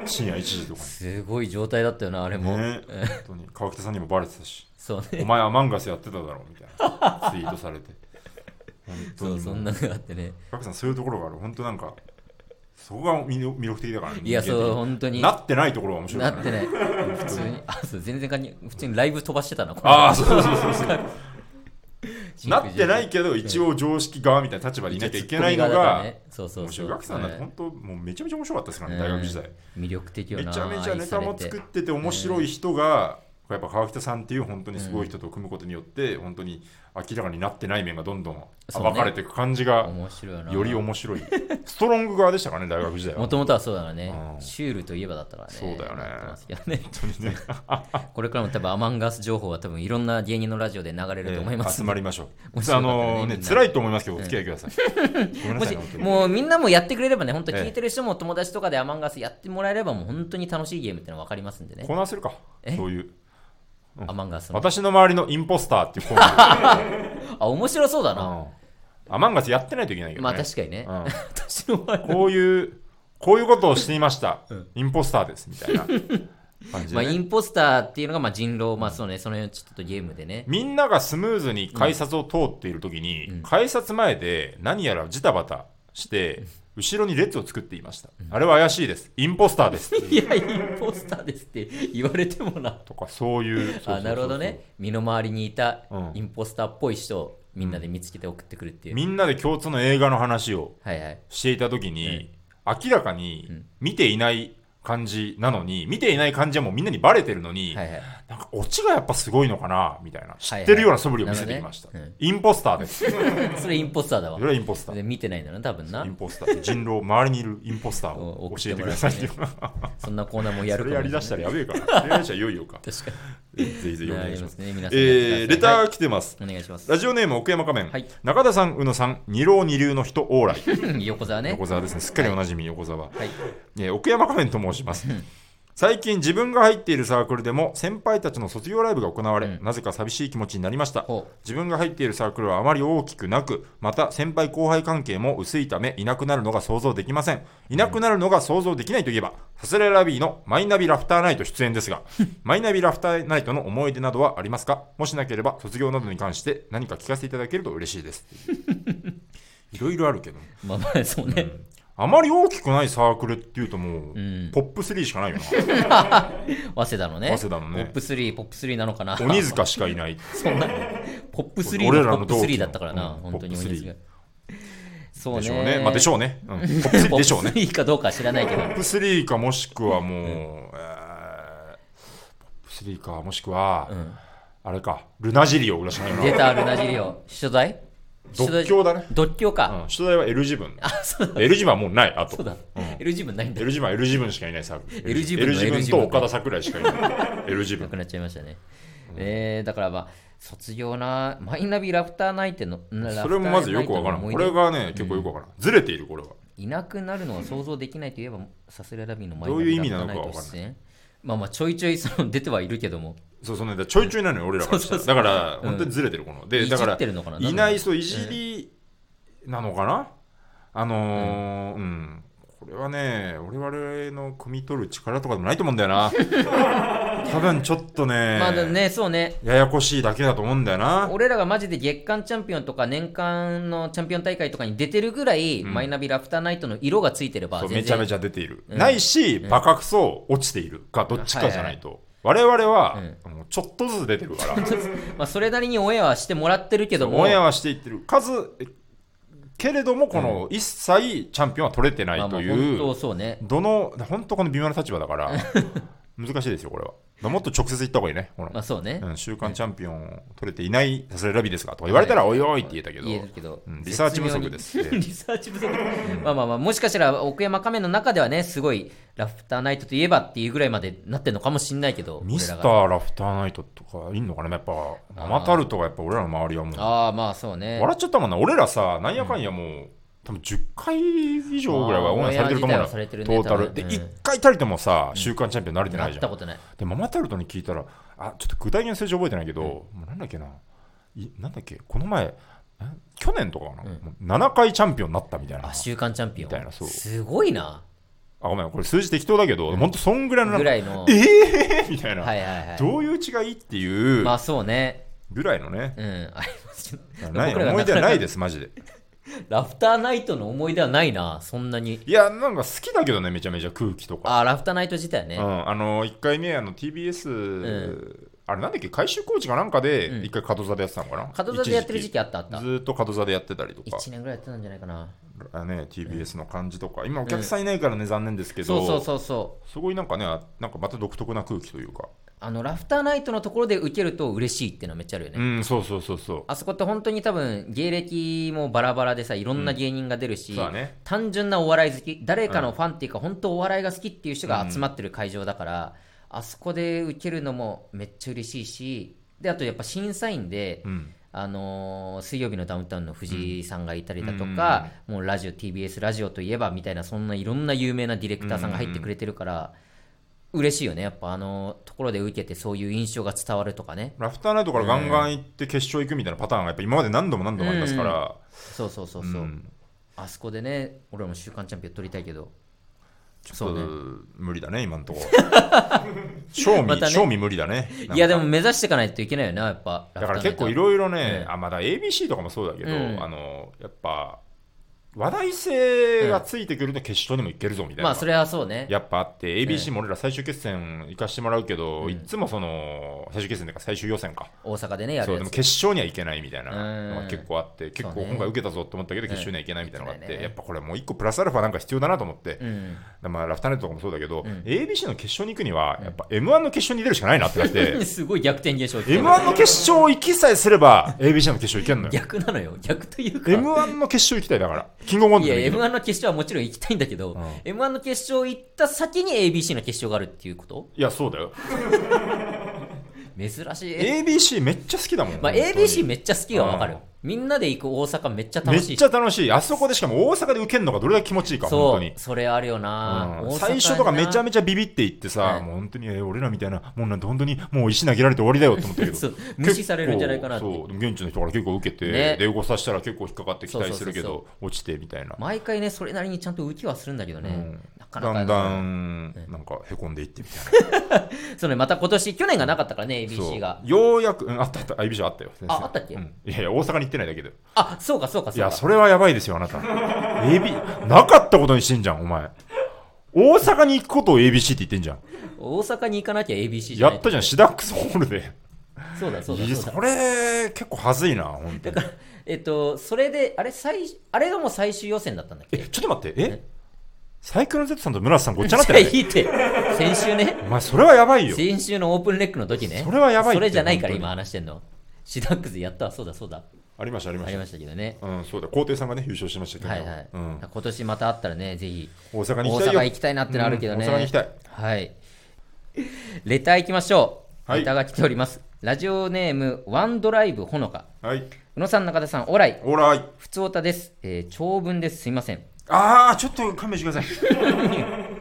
[SPEAKER 2] な深夜1時とか
[SPEAKER 1] すごい状態だったよなあれ
[SPEAKER 2] に
[SPEAKER 1] も、
[SPEAKER 2] ね本当に川北さんにもバレてたし
[SPEAKER 1] そう
[SPEAKER 2] お
[SPEAKER 1] ね
[SPEAKER 2] 前は漫画スやってただろみたい なツイートされて本当
[SPEAKER 1] そう
[SPEAKER 2] に
[SPEAKER 1] そ
[SPEAKER 2] も
[SPEAKER 1] ん
[SPEAKER 2] う
[SPEAKER 1] なのがあってね
[SPEAKER 2] 川北さんそういうところがある本当なんかそこが魅力魅力的だからね
[SPEAKER 1] いや
[SPEAKER 2] 人間的
[SPEAKER 1] そう
[SPEAKER 2] に
[SPEAKER 1] 本当に
[SPEAKER 2] なってないところが面白い
[SPEAKER 1] な
[SPEAKER 2] から
[SPEAKER 1] っ
[SPEAKER 2] ね
[SPEAKER 1] てない普通にあそう全然かに普通にライブ飛ばしてたなこれ
[SPEAKER 2] ああそうそうそ うそう
[SPEAKER 1] 真
[SPEAKER 2] な
[SPEAKER 1] 空
[SPEAKER 2] ってないけど一応常識側みたいな立場でいなきゃいけないの
[SPEAKER 1] ツッコミ側だ
[SPEAKER 2] が
[SPEAKER 1] からねそうそう
[SPEAKER 2] 面
[SPEAKER 1] そ
[SPEAKER 2] 白
[SPEAKER 1] う
[SPEAKER 2] い学さんなんて
[SPEAKER 1] はい
[SPEAKER 2] 本当もうめちゃめちゃ面白かったですからね大学時代
[SPEAKER 1] うん魅力的よ
[SPEAKER 2] め
[SPEAKER 1] な
[SPEAKER 2] ちゃめちゃネタも作
[SPEAKER 1] 愛され
[SPEAKER 2] ってて面白い人が、やっぱ川北さんっていう本当にすごい人と組むことによって、本当に明らかになってない面がどんどん
[SPEAKER 1] そうね
[SPEAKER 2] 暴かれていく感じが
[SPEAKER 1] 面白いよな
[SPEAKER 2] より面白いストロング側でしたからね大学時代は
[SPEAKER 1] もともとはそうだからね、
[SPEAKER 2] うん
[SPEAKER 1] シュールといえばだったからね
[SPEAKER 2] そうだよね
[SPEAKER 1] なってますけどね
[SPEAKER 2] 本当にね
[SPEAKER 1] これからも多分アマンガス情報は多分いろんな芸人のラジオで流れると思います、
[SPEAKER 2] 集まりましょう
[SPEAKER 1] 面白
[SPEAKER 2] あ
[SPEAKER 1] かったね
[SPEAKER 2] の
[SPEAKER 1] み
[SPEAKER 2] ね
[SPEAKER 1] んな
[SPEAKER 2] 辛いと思いますけどお付き合いください、ごめんな
[SPEAKER 1] も
[SPEAKER 2] さい
[SPEAKER 1] し
[SPEAKER 2] ね本当に
[SPEAKER 1] もうみんなもやってくれればね、本当
[SPEAKER 2] ええ
[SPEAKER 1] 聞いてる人も友達とかでアマンガスやってもらえれば、もう本当に楽しいゲームってのは分かりますんでね
[SPEAKER 2] コー。ナーするか
[SPEAKER 1] え
[SPEAKER 2] そういう
[SPEAKER 1] アマンガスの。
[SPEAKER 2] 私の周りのインポスターっていうコーナ ー
[SPEAKER 1] あ、面白そうだな。
[SPEAKER 2] うんアマンガスやってないといけないけど
[SPEAKER 1] ま
[SPEAKER 2] ね、
[SPEAKER 1] あ確かにね。
[SPEAKER 2] うん
[SPEAKER 1] 私の場合は
[SPEAKER 2] こういう、こういうことをしていました。
[SPEAKER 1] うん
[SPEAKER 2] インポスターです、みた いな感じ
[SPEAKER 1] まあ
[SPEAKER 2] で、
[SPEAKER 1] イ
[SPEAKER 2] ね。
[SPEAKER 1] ンポスターっていうのがまあ人狼、まあそうね、その辺ちょっとゲームでね。
[SPEAKER 2] みんながスムーズに改札を通っているときに、
[SPEAKER 1] うん
[SPEAKER 2] 改札前で何やらジタバタして、後ろに列を作っていました。あれは怪しいです。インポスターです。
[SPEAKER 1] いや、インポスターですって言われてもな。
[SPEAKER 2] とか、そういう。そうそうそう
[SPEAKER 1] あ、なるほどね。。身の回りにいた
[SPEAKER 2] うん
[SPEAKER 1] インポスターっぽい人をみんなで見つけて送ってくるっていう。
[SPEAKER 2] みんなで共通の映画の話を
[SPEAKER 1] はいはい。
[SPEAKER 2] していたときに、明らかに見ていない感じなのに、見ていない感じはもうみんなにバレてるのに、
[SPEAKER 1] はいはい。
[SPEAKER 2] なんかオチがやっぱすごいのかなみたいな知ってるような素振りを見せてきました、
[SPEAKER 1] なるほどね
[SPEAKER 2] インポスター ですそ
[SPEAKER 1] それインポスターだわ
[SPEAKER 2] れ。はインポスター
[SPEAKER 1] で見てないんだな、多分な
[SPEAKER 2] イン。ポスター人狼周りにいるインポスター
[SPEAKER 1] お
[SPEAKER 2] を
[SPEAKER 1] 送っ
[SPEAKER 2] 教え
[SPEAKER 1] て
[SPEAKER 2] て
[SPEAKER 1] もら
[SPEAKER 2] くだ
[SPEAKER 1] って
[SPEAKER 2] さ
[SPEAKER 1] ね
[SPEAKER 2] いよ
[SPEAKER 1] そんなコーナーもや
[SPEAKER 2] そ
[SPEAKER 1] るか
[SPEAKER 2] れ
[SPEAKER 1] も
[SPEAKER 2] や
[SPEAKER 1] しれ
[SPEAKER 2] り
[SPEAKER 1] な
[SPEAKER 2] だ
[SPEAKER 1] い
[SPEAKER 2] したらやべえからそれやりだしたらいよいよか
[SPEAKER 1] 確かに。
[SPEAKER 2] ぜひぜひお
[SPEAKER 1] な
[SPEAKER 2] 願い
[SPEAKER 1] り
[SPEAKER 2] し
[SPEAKER 1] ま
[SPEAKER 2] ます
[SPEAKER 1] すね、皆さん。
[SPEAKER 2] えーレターが来てます、
[SPEAKER 1] ー、お願いします。
[SPEAKER 2] ラジオネーム奥山仮面、
[SPEAKER 1] はい
[SPEAKER 2] 中田さん宇野さん二郎二流の人往来
[SPEAKER 1] 横澤ね
[SPEAKER 2] 横。澤ですねすっかりおなじみ横澤、
[SPEAKER 1] はい。
[SPEAKER 2] えー奥山仮面と申します最近自分が入っているサークルでも先輩たちの卒業ライブが行われ、
[SPEAKER 1] うん
[SPEAKER 2] なぜか寂しい気持ちになりました
[SPEAKER 1] ほう
[SPEAKER 2] 自分が入っているサークルはあまり大きくなくまた先輩後輩関係も薄いためいなくなるのが想像できませんいなくなるのが想像できないといえばさすらいラビーのマイナビラフターナイト出演で すがマイナビラフターナイトの思い出などはありますかもしなければ卒業などに関して何か聞かせていただけると嬉しいです いろいろあるけど
[SPEAKER 1] まあまあ、そうね。
[SPEAKER 2] あまり大きくないサークルっていうともう、
[SPEAKER 1] ん
[SPEAKER 2] ポップ3しかな いよな
[SPEAKER 1] 早稲田のね。
[SPEAKER 2] 早稲田のね
[SPEAKER 1] ポップ3、ポップ3なのかな。
[SPEAKER 2] 鬼塚しかいない。
[SPEAKER 1] そんな。ポップ3
[SPEAKER 2] 俺
[SPEAKER 1] の
[SPEAKER 2] ら
[SPEAKER 1] ポッ
[SPEAKER 2] の
[SPEAKER 1] プ
[SPEAKER 2] 同期の
[SPEAKER 1] 3だったからな。
[SPEAKER 2] うん
[SPEAKER 1] 本当に
[SPEAKER 2] ポップ
[SPEAKER 1] 鬼
[SPEAKER 2] 3
[SPEAKER 1] 塚。そうね。
[SPEAKER 2] でしょうね。まあ、でしょうね。うん、ポップ3
[SPEAKER 1] ポ
[SPEAKER 2] でしょう
[SPEAKER 1] ップ
[SPEAKER 2] ね。
[SPEAKER 1] 3かどうかは知らないけど
[SPEAKER 2] ポッ。プ3かもしくはもう、えーポップ3かもしくは、
[SPEAKER 1] ん
[SPEAKER 2] あれか、ルナジリオぐらいしかない
[SPEAKER 1] 出
[SPEAKER 2] な。
[SPEAKER 1] たあるなじりよ。初代
[SPEAKER 2] 独協だね。
[SPEAKER 1] 独協か。
[SPEAKER 2] うん、首都大は L 字分。
[SPEAKER 1] あ、 そうだ。
[SPEAKER 2] L 字分はもうない、あと。
[SPEAKER 1] そうだ。L 字分ないんだ。
[SPEAKER 2] L 字分は L 字分しかいないサークル。
[SPEAKER 1] L 字分の
[SPEAKER 2] L 字
[SPEAKER 1] L
[SPEAKER 2] 分
[SPEAKER 1] 字
[SPEAKER 2] と
[SPEAKER 1] 分
[SPEAKER 2] 岡田桜井しかいない。L 字
[SPEAKER 1] な
[SPEAKER 2] 分
[SPEAKER 1] く。なっちゃいましたね。えーだからまあ、卒業な、マイナビラフターナイトの、
[SPEAKER 2] それもまずよくわからん。これがね、結構よくわからん。ずれている、これは。
[SPEAKER 1] いなくなるのは想像できないといえば、さすらいラビーの前
[SPEAKER 2] どういう意味なのかは分かんない
[SPEAKER 1] い。まあまあ、ちょいちょいその出てはいるけども、
[SPEAKER 2] そうそうね、だからちょいちょいなのよ、俺らからしたら。だから、本当にずれてる、この。で、
[SPEAKER 1] いじ
[SPEAKER 2] だから
[SPEAKER 1] っ、てるのかな。。
[SPEAKER 2] いないい、そう、いじりなのかな、あのー、うん、これはね、我々の汲み取る力とかでもないと思うんだよ な。多分ちょっとね、
[SPEAKER 1] まあでもね、そうね。
[SPEAKER 2] ややこしいだけだと思うんだよな。
[SPEAKER 1] 俺らがマジで月間チャンピオンとか年間のチャンピオン大会とかに出てるぐらい、マイナビラフターナイトの色がついてれば
[SPEAKER 2] そう
[SPEAKER 1] 全然
[SPEAKER 2] めちゃめちゃ出ている。ないし、バカくそ落ちているか、どっちかじゃないと。我々は、もうちょっとずつ出てるから
[SPEAKER 1] まあ、それなりにオンエアはしてもらってるけども
[SPEAKER 2] オンエアはしていってる数けれどもこの一切チャンピオンは取れてな
[SPEAKER 1] まあ
[SPEAKER 2] い
[SPEAKER 1] ま
[SPEAKER 2] と
[SPEAKER 1] あ
[SPEAKER 2] い
[SPEAKER 1] 本
[SPEAKER 2] う、
[SPEAKER 1] 当そうね
[SPEAKER 2] どの本当この微妙な立場だから 難しいですよこれはだからもっと直接言った方がいいねほら、
[SPEAKER 1] まあそうね、
[SPEAKER 2] うん、週刊チャンピオン取れていないサスレラビですかとか言われたら、おいおいって言えたけど
[SPEAKER 1] 言えるけど、
[SPEAKER 2] うんリサーチ不足です
[SPEAKER 1] 絶妙に リサーチ不足、まあまあまあもしかしたら奥山仮面の中ではねすごいラフターナイトといえばっていうぐらいまでなってるのかもしれないけど
[SPEAKER 2] ミスタ
[SPEAKER 1] 俺らが
[SPEAKER 2] ーラフターナイトとかいんのかなやっぱママタルトがやっぱ俺らの周りはもう
[SPEAKER 1] ああまあそうね
[SPEAKER 2] 笑っちゃったもんな俺らさなんやかんやもう、多分10回以上ぐらいはオンエアされてると思う
[SPEAKER 1] まあオンエア自体
[SPEAKER 2] の
[SPEAKER 1] はされてる
[SPEAKER 2] よ、
[SPEAKER 1] ね
[SPEAKER 2] トータ
[SPEAKER 1] 多
[SPEAKER 2] ル。
[SPEAKER 1] 分
[SPEAKER 2] で、
[SPEAKER 1] うん
[SPEAKER 2] 1回たりともさ、週刊チャンピオンになれてな
[SPEAKER 1] ないっ
[SPEAKER 2] じゃ
[SPEAKER 1] た
[SPEAKER 2] ん。
[SPEAKER 1] ことない
[SPEAKER 2] で、ママタルトに聞いたら、あ、ちょっと具体的な数字覚えてないけど、もうなんだっけな、いなんだっけ、この前、え去年とかかな、もう7回チャンピオンになったみたいな
[SPEAKER 1] あ。週刊チャンピオ
[SPEAKER 2] みたいな
[SPEAKER 1] ン
[SPEAKER 2] そう
[SPEAKER 1] すごいな
[SPEAKER 2] あ、ごめん、これ数字適当だけど、ほんとそんぐらいのなん
[SPEAKER 1] ぐ
[SPEAKER 2] から
[SPEAKER 1] いの
[SPEAKER 2] ええー、 みたいな、
[SPEAKER 1] はいはいはい
[SPEAKER 2] どういう違いっていう
[SPEAKER 1] まあそうね
[SPEAKER 2] ぐらいのね、
[SPEAKER 1] うんありますよ
[SPEAKER 2] ない
[SPEAKER 1] 僕らが
[SPEAKER 2] 思い出は
[SPEAKER 1] か
[SPEAKER 2] な
[SPEAKER 1] か
[SPEAKER 2] い です、マジで。
[SPEAKER 1] ラフターナイトの思い出はないなそんなに
[SPEAKER 2] いや、なんか好きだけどね、めちゃめちゃ空気とか。
[SPEAKER 1] ああラフターナイト自体はね、
[SPEAKER 2] うん、あの1回目あの TBS、あれなんだっけ改修工事かなんかで
[SPEAKER 1] うん
[SPEAKER 2] 1回角座でやってたのかな
[SPEAKER 1] 角座でやってる時期あったあっ
[SPEAKER 2] 一時
[SPEAKER 1] た
[SPEAKER 2] 期ずーっと角座でやってたりとか、
[SPEAKER 1] 1年ぐらいやってたんじゃないかな
[SPEAKER 2] あね、TBS の感じとか、今お客さんいないからね、残念ですけど
[SPEAKER 1] そうそうそうそう
[SPEAKER 2] すごいなんかねあなんかまた独特な空気というか
[SPEAKER 1] あのラフターナイトのところで受けると嬉しいっていうのはめっちゃあるよね、
[SPEAKER 2] うんそうそうそうそう
[SPEAKER 1] あそこって本当に多分芸歴もバラバラでさいろんな芸人が出るし、
[SPEAKER 2] うんそうだね
[SPEAKER 1] 単純なお笑い好き誰かのファンっていうか、本当お笑いが好きっていう人が集まってる会場だから、あそこで受けるのもめっちゃ嬉しいしであとやっぱ審査員で、
[SPEAKER 2] うん
[SPEAKER 1] あのー水曜日のダウンタウンの藤井さんがいたりだとか、もうラジオ TBS ラジオといえばみたいなそんないろんな有名なディレクターさんが入ってくれてるから、嬉しいよねやっぱあのところで受けてそういう印象が伝わるとかね
[SPEAKER 2] ラフターナイトからガンガン行って決勝行くみたいなパターンがやっぱ今まで何度も何度もありますから、
[SPEAKER 1] そうそうそう
[SPEAKER 2] う
[SPEAKER 1] そう、
[SPEAKER 2] ん
[SPEAKER 1] あそこでね俺らも週刊チャンピオン取りたいけど
[SPEAKER 2] ちょっと
[SPEAKER 1] そう
[SPEAKER 2] 無理だね今のとこ ろ賞
[SPEAKER 1] ま
[SPEAKER 2] 味、
[SPEAKER 1] たね
[SPEAKER 2] 賞味無理だねなんか
[SPEAKER 1] いやでも目指していかないといけないよなやっぱ
[SPEAKER 2] だから結構い
[SPEAKER 1] い
[SPEAKER 2] ろいろね、あまだ ABC とかもそうだけど、
[SPEAKER 1] うん
[SPEAKER 2] あのやっぱ話題性がついてくると決勝にもいけるぞみたいな、
[SPEAKER 1] まあそれはそうね
[SPEAKER 2] やっぱあって、ABC も俺ら最終決戦行かしてもらうけど、いつもその最終決戦というか最終予選か、
[SPEAKER 1] 大阪でねやる
[SPEAKER 2] そう
[SPEAKER 1] や
[SPEAKER 2] でも
[SPEAKER 1] つ
[SPEAKER 2] 決勝には行けないみたいなの
[SPEAKER 1] う
[SPEAKER 2] が
[SPEAKER 1] ん
[SPEAKER 2] 結構あって、結
[SPEAKER 1] そ
[SPEAKER 2] 構
[SPEAKER 1] うね
[SPEAKER 2] 今回受けたぞと思ったけど、決勝には行けないみたいなのがあって、
[SPEAKER 1] うん行けない
[SPEAKER 2] や
[SPEAKER 1] ね
[SPEAKER 2] っぱこれもう一個プラスアルファなんか必要だなと思って。
[SPEAKER 1] うん
[SPEAKER 2] まあ、ラフターネットとかもそうだけど、
[SPEAKER 1] ん
[SPEAKER 2] ABC の決勝に行くには、やっぱ M1 の決勝に出るしかないなって なって、
[SPEAKER 1] すごい逆転現象
[SPEAKER 2] M1 の決勝行きさえすれば ABC の決勝行けんのよ。
[SPEAKER 1] 逆なのよ逆というか
[SPEAKER 2] M1 の決勝行きたいだから。キングオブコン
[SPEAKER 1] い
[SPEAKER 2] ト
[SPEAKER 1] や
[SPEAKER 2] の時
[SPEAKER 1] M1 の決勝はもちろん行きたいんだけど、M1 の決勝行った先に ABC の決勝があるっていうこと
[SPEAKER 2] いや、そうだよ。
[SPEAKER 1] 珍しい、
[SPEAKER 2] ABC めっちゃ好きだもん。
[SPEAKER 1] まあ、
[SPEAKER 2] 本当に
[SPEAKER 1] ABC めっちゃ好きがわかる
[SPEAKER 2] うん
[SPEAKER 1] みんなで行く大阪めっちゃ
[SPEAKER 2] め
[SPEAKER 1] 楽し
[SPEAKER 2] っ
[SPEAKER 1] い
[SPEAKER 2] ちゃ楽しい。あそこでしかも大阪で受けるのがどれだけ気持ちいいか、
[SPEAKER 1] そ
[SPEAKER 2] 本当
[SPEAKER 1] う
[SPEAKER 2] に。
[SPEAKER 1] それあるよな、
[SPEAKER 2] うん
[SPEAKER 1] 大阪
[SPEAKER 2] 最初とかめちゃ
[SPEAKER 1] め
[SPEAKER 2] めちゃビビっていってさ、
[SPEAKER 1] はい
[SPEAKER 2] もう本当に、え俺らみたいなもんなんて本当にもう石投げられて終わりだよと思ったけ ど
[SPEAKER 1] そう無視されるんじゃないかなって
[SPEAKER 2] 結構そうでも現地の人から結構受けて、
[SPEAKER 1] ね
[SPEAKER 2] で動させたら結構引っかかって期待するけど
[SPEAKER 1] そう
[SPEAKER 2] 落ちてみたいな、
[SPEAKER 1] 毎回ねそれなりにちゃんと浮きはするんだけどね、
[SPEAKER 2] うん
[SPEAKER 1] なかなか
[SPEAKER 2] だんだんなんかへこんでいってみたいな
[SPEAKER 1] そのまた今年去年がなかったからね ABC が
[SPEAKER 2] そうようやく、うん、あったあった IBC あったよ先生
[SPEAKER 1] ああったっけ
[SPEAKER 2] うん、いやいや大阪に行ってないだけだよ
[SPEAKER 1] あそうかそうか
[SPEAKER 2] い
[SPEAKER 1] そう
[SPEAKER 2] や
[SPEAKER 1] か
[SPEAKER 2] それはやばいですよ あなた AB なかったことにしてんじゃんお前大阪に行くことを ABC って言ってんじゃん
[SPEAKER 1] 大阪に行かなきゃ ABC じゃ
[SPEAKER 2] や
[SPEAKER 1] ない
[SPEAKER 2] ったじゃんシダックスホールで
[SPEAKER 1] そうだそうだ
[SPEAKER 2] いや
[SPEAKER 1] そうだ
[SPEAKER 2] それ結構はずいな本当に
[SPEAKER 1] えっとそれであれ最あれがもう最終予選だったんだっ
[SPEAKER 2] え
[SPEAKER 1] け
[SPEAKER 2] ちょっと待ってえサイクロン Z さんと村瀬さんごっちゃなってな
[SPEAKER 1] い
[SPEAKER 2] い
[SPEAKER 1] いって先週ね
[SPEAKER 2] お前それはやばいよ
[SPEAKER 1] 先週のオープンレックの時ね
[SPEAKER 2] それはやばいって
[SPEAKER 1] それじゃないから
[SPEAKER 2] 本当に
[SPEAKER 1] 今話してんのシダックスやったわそうだそうだ
[SPEAKER 2] ありましたありま
[SPEAKER 1] あ
[SPEAKER 2] し
[SPEAKER 1] り
[SPEAKER 2] た
[SPEAKER 1] ましたけどね
[SPEAKER 2] うん、そうだ皇帝さんがね優勝しましたけど、
[SPEAKER 1] はいはい、
[SPEAKER 2] うん、
[SPEAKER 1] 今年またあったらねぜひ
[SPEAKER 2] 大阪に行
[SPEAKER 1] 大
[SPEAKER 2] きたいよ
[SPEAKER 1] 阪行きたいなってのあるけどね、
[SPEAKER 2] うん大阪に行きたい
[SPEAKER 1] はいレター行きましょう
[SPEAKER 2] はい
[SPEAKER 1] レターが来ております、ラジオネームワンドライブほのか
[SPEAKER 2] はい
[SPEAKER 1] 宇野さん中田さんオーライ
[SPEAKER 2] オーライ
[SPEAKER 1] ふつおたです、えー長文ですすいません
[SPEAKER 2] ああ、ちょっと勘弁してください。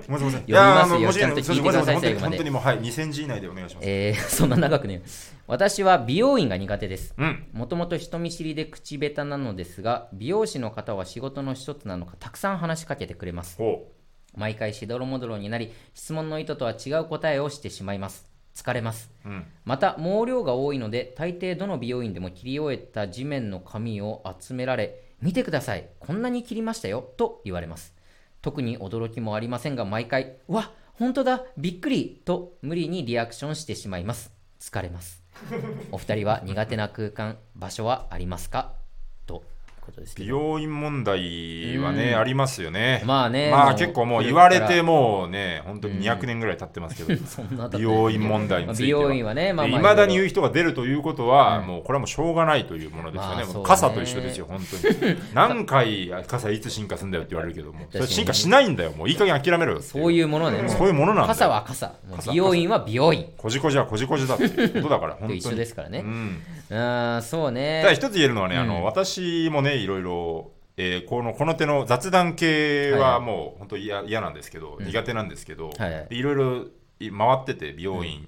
[SPEAKER 2] ごめんなさい。いやー、あの、
[SPEAKER 1] 読みますよ
[SPEAKER 2] 文字がない。
[SPEAKER 1] ちゃんと聞いて
[SPEAKER 2] ごめんなさい。
[SPEAKER 1] ください最後ま
[SPEAKER 2] 本当に、
[SPEAKER 1] で
[SPEAKER 2] 本当にもう、はい、2000字以内でお願いします。
[SPEAKER 1] えー そんな長くね私は美容院が苦手です
[SPEAKER 2] うん。
[SPEAKER 1] もともと人見知りで口下手なのですが美容師の方は仕事の一つなのかたくさん話しかけてくれます
[SPEAKER 2] ほ
[SPEAKER 1] 毎回しどろもどろになり質問の意図とは違う答えをしてしまいます疲れます
[SPEAKER 2] う。うん。
[SPEAKER 1] また毛量が多いので大抵どの美容院でも切り終えた地面の髪を集められ見てくださいこんなに切りましたよと言われます特に驚きもありませんが毎回うわ本当だ、びっくりと無理にリアクションしてしまいます。疲れます。お二人は苦手な空間、場所はありますかということですけ
[SPEAKER 2] 美
[SPEAKER 1] ど。
[SPEAKER 2] 容院問題は
[SPEAKER 1] う
[SPEAKER 2] ね、
[SPEAKER 1] ん
[SPEAKER 2] ありますよね。
[SPEAKER 1] まあね
[SPEAKER 2] ま
[SPEAKER 1] も
[SPEAKER 2] あ
[SPEAKER 1] う
[SPEAKER 2] 結構もう
[SPEAKER 1] 古く
[SPEAKER 2] 言
[SPEAKER 1] か
[SPEAKER 2] わ
[SPEAKER 1] ら
[SPEAKER 2] れてもうね、本当に200年ぐらい経ってますけど、
[SPEAKER 1] そんなだって
[SPEAKER 2] 美容院問題については。
[SPEAKER 1] 美容院はね、まあ
[SPEAKER 2] い
[SPEAKER 1] まあ
[SPEAKER 2] まだに
[SPEAKER 1] いろいう
[SPEAKER 2] 言
[SPEAKER 1] ろ
[SPEAKER 2] 人が出るということは、
[SPEAKER 1] うん
[SPEAKER 2] もうこれはもうしょうがないというものですよね。
[SPEAKER 1] まあそうね
[SPEAKER 2] もう傘と一緒ですよ、本当 に。何回あ傘いつ進化するんだよって言われるけども、それ進化しないんだよ、もういい加減諦めろよって
[SPEAKER 1] そういうものね。もう
[SPEAKER 2] そういうものなんだよ。
[SPEAKER 1] 傘は傘。もう
[SPEAKER 2] 傘
[SPEAKER 1] 美容院は美容院。
[SPEAKER 2] こじこじはこじこじだっていうことだから、本
[SPEAKER 1] と
[SPEAKER 2] 当に。
[SPEAKER 1] 一緒 ですから
[SPEAKER 2] う
[SPEAKER 1] ね。
[SPEAKER 2] ん
[SPEAKER 1] うん、そう
[SPEAKER 2] ただ
[SPEAKER 1] ね。
[SPEAKER 2] 一つ言えるのはね、あ
[SPEAKER 1] うん
[SPEAKER 2] の私もねいろいろ、えーこのこの手の雑談系
[SPEAKER 1] はいは
[SPEAKER 2] はいもう本当嫌嫌なんですけど、
[SPEAKER 1] うん
[SPEAKER 2] 苦手なんですけど、
[SPEAKER 1] はいはい
[SPEAKER 2] でいろいろい回ってて美容院、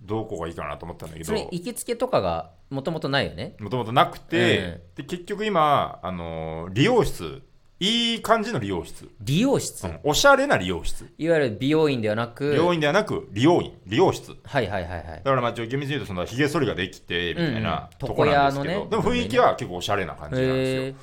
[SPEAKER 2] どうこうがいいかなと思ったんだけ
[SPEAKER 1] それ、
[SPEAKER 2] ど
[SPEAKER 1] 行きつけとかがもともとないよね。
[SPEAKER 2] もともとなくて、で結局今あのー理容室いい感じの理容室、
[SPEAKER 1] 理容室
[SPEAKER 2] う。んおしゃれな理容室
[SPEAKER 1] いわゆる美容院ではなく、
[SPEAKER 2] 病院ではなく理容院理容室
[SPEAKER 1] はいはいはいはい。
[SPEAKER 2] だからまあ一応厳密に言うとそのひげ剃りができてみたいな、
[SPEAKER 1] うんうん
[SPEAKER 2] とこなんですけ
[SPEAKER 1] 床屋のね
[SPEAKER 2] ど、でも雰囲気は結構おしゃれな感じなんですよ、
[SPEAKER 1] へ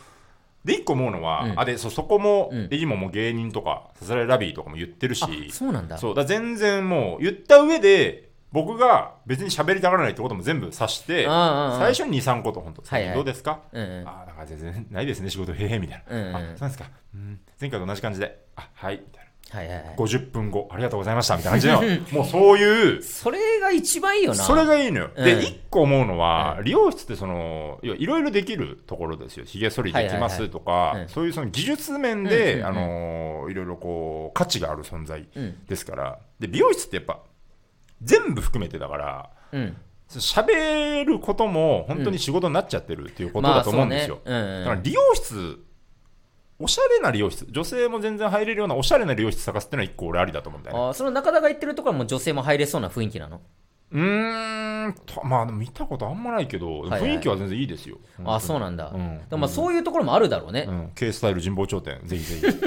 [SPEAKER 2] で一個思うのは、
[SPEAKER 1] うん
[SPEAKER 2] あでそそこも、
[SPEAKER 1] うん
[SPEAKER 2] え今もう芸人とかサザレラビーとかも言ってるし
[SPEAKER 1] ー、あそうなんだ。
[SPEAKER 2] そうだから全然もう言った上で僕が別に喋りたがらないってことも全部察して
[SPEAKER 1] うんうんうん
[SPEAKER 2] 最初に23個と本当、
[SPEAKER 1] はいはい
[SPEAKER 2] どうですか、
[SPEAKER 1] うんうん
[SPEAKER 2] あなんか全然ないですね仕事へえみたいな、
[SPEAKER 1] うんうん
[SPEAKER 2] あそうなんですか、うん、前回と同じ感じであはいみたいな
[SPEAKER 1] はいはいはい。
[SPEAKER 2] 50分後ありがとうございましたみたいな感 じのもうそういう
[SPEAKER 1] それが一番いいよな。
[SPEAKER 2] それがいいのよ。
[SPEAKER 1] うん
[SPEAKER 2] で、一個思うのは、
[SPEAKER 1] う
[SPEAKER 2] 理容室ってその、いやいろいろできるところですよ。ひげ剃りできますと
[SPEAKER 1] いはいは
[SPEAKER 2] か
[SPEAKER 1] い、
[SPEAKER 2] そういうその技術面
[SPEAKER 1] うんうんう
[SPEAKER 2] で、
[SPEAKER 1] ん
[SPEAKER 2] あのー、いろいろこう、価値がある存在
[SPEAKER 1] うん
[SPEAKER 2] ですから。で、美容室ってやっぱ、全部含めてだから、
[SPEAKER 1] うん。
[SPEAKER 2] その喋ることも本当に仕事になっちゃってるっていうことだと思うんですよ。
[SPEAKER 1] まあそうねうんうん
[SPEAKER 2] だから理容室、おしゃれな理容室、女性も全然入れるようなおしゃれな理容室探すっていうのは一個俺ありだと思うんだよね。
[SPEAKER 1] あーその中田が言ってるところはもう女性も入れそうな雰囲気なの、
[SPEAKER 2] うーんとまあでも見たことあんまないけど、
[SPEAKER 1] いはい
[SPEAKER 2] 雰囲気は全然いいですよ。
[SPEAKER 1] あーそうなんだ、
[SPEAKER 2] うん
[SPEAKER 1] でもまあそういうところもあるだろうね
[SPEAKER 2] う、ん、K スタイル神保町店、ぜひぜひ、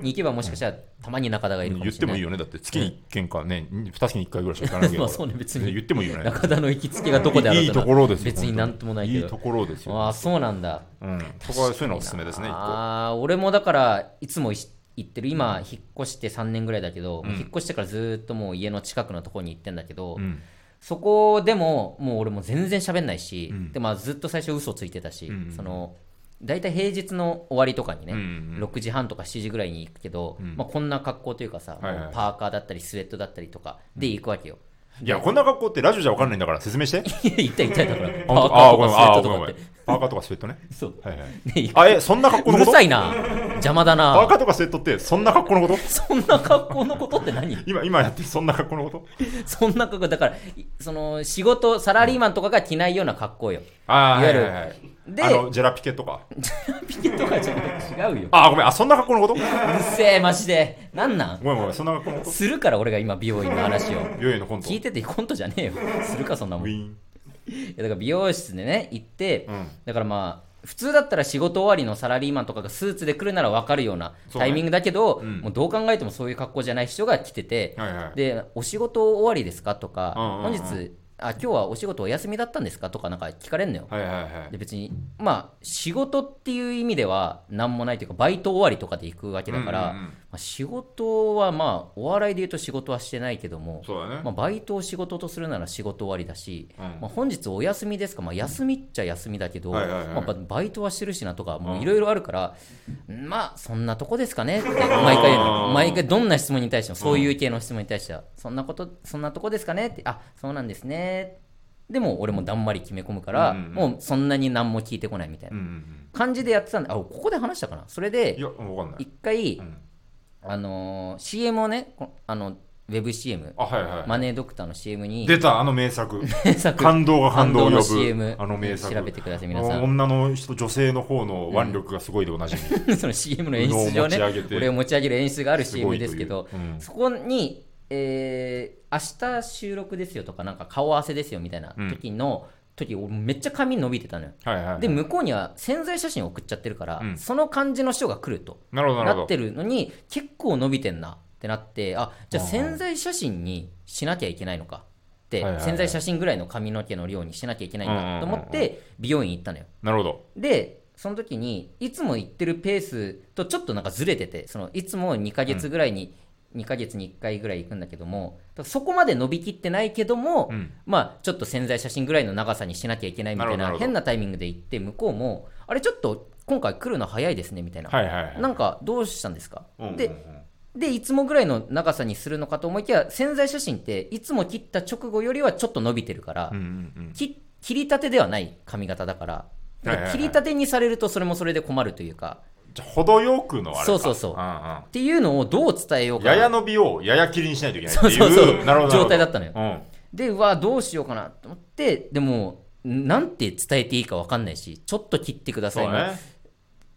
[SPEAKER 1] に行けばもしかしたらたまに中田がいるか
[SPEAKER 2] 言
[SPEAKER 1] も
[SPEAKER 2] っ
[SPEAKER 1] してれな
[SPEAKER 2] も
[SPEAKER 1] い
[SPEAKER 2] いいよね、だって月に1件かね、2月に1回ぐらいしか行かないけど、
[SPEAKER 1] まあそうね別に
[SPEAKER 2] 言ってもいいよね。
[SPEAKER 1] 中田の行きつけがどこであろう
[SPEAKER 2] いいところですよ。
[SPEAKER 1] 別になんともないけど
[SPEAKER 2] いいところですよ。
[SPEAKER 1] ああそうなんだ
[SPEAKER 2] うん、そこはそういうのおすすめですね、一個。
[SPEAKER 1] ああ俺もだからいつもいし行ってる今引っ越して3年ぐらいだけど、もう引っ越してからずーっともう家の近くのところに行ってんだけど、
[SPEAKER 2] うん
[SPEAKER 1] そこでももう俺も全然喋んないし、
[SPEAKER 2] ん
[SPEAKER 1] でまあ、ずっと最初嘘ついてたし、
[SPEAKER 2] ん
[SPEAKER 1] その大体平日の終わりとかにね、
[SPEAKER 2] うんうん
[SPEAKER 1] 6時半とか7時ぐらいに行くけど、まあ、こんな格好というかさ、
[SPEAKER 2] はいはい
[SPEAKER 1] もうパーカーだったりスウェットだったりとかで行くわけよ。
[SPEAKER 2] いや、こんな格好ってラジオじゃわかんないんだから、説明して。
[SPEAKER 1] いや 行った行っただからパ
[SPEAKER 2] あ
[SPEAKER 1] ーカーとかスウェットとかって。
[SPEAKER 2] パーカーとかスウェットね。
[SPEAKER 1] そう
[SPEAKER 2] はいはい
[SPEAKER 1] で行く
[SPEAKER 2] あ、え、そんな格好
[SPEAKER 1] う
[SPEAKER 2] の
[SPEAKER 1] る
[SPEAKER 2] こと
[SPEAKER 1] さいな邪魔だ
[SPEAKER 2] パー
[SPEAKER 1] な
[SPEAKER 2] カーとかスウェットって、そんな格好のこと
[SPEAKER 1] そんな格好のことって何
[SPEAKER 2] 今、今やってるそんな格好のこと
[SPEAKER 1] そんな格好だからいその仕事サラリーマンとかが着ないような格好よ
[SPEAKER 2] ああ、
[SPEAKER 1] いわゆる
[SPEAKER 2] はいはいはい
[SPEAKER 1] で
[SPEAKER 2] あの、ジェラピケとか。
[SPEAKER 1] ピケとかじゃない違うよ
[SPEAKER 2] あ、ごめん、あ、そんな格好のこと ごめ
[SPEAKER 1] うっせえマジでなんなん
[SPEAKER 2] んごめん、そんな格好のこと
[SPEAKER 1] するから俺が今美容院の話を
[SPEAKER 2] ヨヨのコント。
[SPEAKER 1] 聞い
[SPEAKER 2] ウ
[SPEAKER 1] ててコントじゃねえよするかそんなもんい
[SPEAKER 2] ィーン。
[SPEAKER 1] やだから美容室でね行って、
[SPEAKER 2] うん
[SPEAKER 1] だからまあ普通だったら仕事終わりのサラリーマンとかがスーツで来るなら分かるような
[SPEAKER 2] そう
[SPEAKER 1] タ
[SPEAKER 2] ね
[SPEAKER 1] イミングだけど
[SPEAKER 2] うん
[SPEAKER 1] もうどう考えてもそういう格好じゃない人が来てて、
[SPEAKER 2] はいはい。
[SPEAKER 1] でお仕事終わりですかとか、
[SPEAKER 2] うんうんうん
[SPEAKER 1] 本日あ今日はお仕事お休みだったんですかとかなんか聞かれんのよ、
[SPEAKER 2] はいはいは
[SPEAKER 1] で
[SPEAKER 2] い。
[SPEAKER 1] 別にまあ仕事っていう意味では何もないというかバイト終わりとかで行くわけだから、
[SPEAKER 2] うんうんうん
[SPEAKER 1] まあ、仕事はまあお笑いで言うと仕事はしてないけども、
[SPEAKER 2] そうだね。
[SPEAKER 1] まあ、バイトを仕事とするなら仕事終わりだし、
[SPEAKER 2] うん
[SPEAKER 1] まあ、本日お休みですか、まあ、休みっちゃ休みだけど、
[SPEAKER 2] はいはいはい
[SPEAKER 1] まあやっぱバイトはしてるしなとかもういろいろあるから、まあそんなとこですかねって毎回言うの
[SPEAKER 2] うん
[SPEAKER 1] 毎回どんな質問に対してもそういう系の質問に対しては、そんなことそんなとこですかねってあそうなんですねでも俺もだんまり決め込むから、
[SPEAKER 2] うんうん
[SPEAKER 1] もうそんなに何も聞いてこないみたい
[SPEAKER 2] うん
[SPEAKER 1] な
[SPEAKER 2] うんうん。
[SPEAKER 1] 感じでやってたんであここで話したかなそれ
[SPEAKER 2] い
[SPEAKER 1] で
[SPEAKER 2] や、わかんない
[SPEAKER 1] 一。回、
[SPEAKER 2] うん
[SPEAKER 1] あのー CM をねこあのウェブ CM
[SPEAKER 2] あ、はいは
[SPEAKER 1] マネードクターの CM
[SPEAKER 2] い。
[SPEAKER 1] に
[SPEAKER 2] 出た、あの名作。
[SPEAKER 1] 名 作
[SPEAKER 2] 感動が感動を 呼ぶ。
[SPEAKER 1] 感動の CM
[SPEAKER 2] あの名作。
[SPEAKER 1] 調べてください皆さん
[SPEAKER 2] 女の人、女性の方の腕力がすごいでおなじみ。
[SPEAKER 1] その CM の演出
[SPEAKER 2] 布
[SPEAKER 1] 上
[SPEAKER 2] を持ち
[SPEAKER 1] ね
[SPEAKER 2] 上げて
[SPEAKER 1] 俺を持ち上げる演出がある
[SPEAKER 2] すご
[SPEAKER 1] CM
[SPEAKER 2] いと
[SPEAKER 1] で
[SPEAKER 2] いう
[SPEAKER 1] すけど
[SPEAKER 2] うん
[SPEAKER 1] そこに、えー明日収録ですよとかなんか顔合わせですよみたいな
[SPEAKER 2] うん
[SPEAKER 1] 時の、時俺めっちゃ髪伸びてたのよ
[SPEAKER 2] はいはい。
[SPEAKER 1] で向こうには潜在写真送っちゃってるから、
[SPEAKER 2] うん
[SPEAKER 1] その感じの人が来ると
[SPEAKER 2] なるほど、なる
[SPEAKER 1] なっ
[SPEAKER 2] ほ
[SPEAKER 1] て
[SPEAKER 2] ど。
[SPEAKER 1] るのに結構伸びてんなってなってあじゃあ
[SPEAKER 2] うん
[SPEAKER 1] 潜在写真にしなきゃいけないのかって、
[SPEAKER 2] はいはいはい
[SPEAKER 1] 潜在写真ぐらいの髪の毛の量にしなきゃいけないんだと思っ
[SPEAKER 2] うんうん
[SPEAKER 1] て美容院行ったのよ
[SPEAKER 2] なるほど。
[SPEAKER 1] でその時にいつも行ってるペースとちょっとなんかずれててそのいつも2ヶ月ぐらいに2ヶ月に1回ぐらい行くんだけどもだからそこまで伸びきってないけども、
[SPEAKER 2] うん
[SPEAKER 1] まあちょっと潜在写真ぐらいの長さにしなきゃいけないみたい
[SPEAKER 2] なるほどなる
[SPEAKER 1] な
[SPEAKER 2] ほど
[SPEAKER 1] 変なタイミングで行って向こうもあれちょっと今回来るの早いですねみたいな、
[SPEAKER 2] はいはいはい
[SPEAKER 1] なんかどうしたんですか、
[SPEAKER 2] うんうんうん
[SPEAKER 1] ででいつもぐらいの長さにするのかと思いきや潜在写真っていつも切った直後よりはちょっと伸びてるから、
[SPEAKER 2] うんうん
[SPEAKER 1] き切りたてではない髪型だからなん
[SPEAKER 2] は
[SPEAKER 1] か
[SPEAKER 2] いはいはい
[SPEAKER 1] 切りたてにされるとそれもそれで困るというか
[SPEAKER 2] うんじゃあ程よくのあれか
[SPEAKER 1] そうそうそうん
[SPEAKER 2] ん
[SPEAKER 1] っていうのをどう伝えようかな
[SPEAKER 2] やや伸びをやや切りにしないといけないっていう
[SPEAKER 1] そうそうそう
[SPEAKER 2] なるほどなるほど
[SPEAKER 1] 状態だったのよ
[SPEAKER 2] うん
[SPEAKER 1] でうわどうしようかなと思ってでもなんて伝えていいか分かんないしちょっと切ってくださ
[SPEAKER 2] そ
[SPEAKER 1] いうも
[SPEAKER 2] ね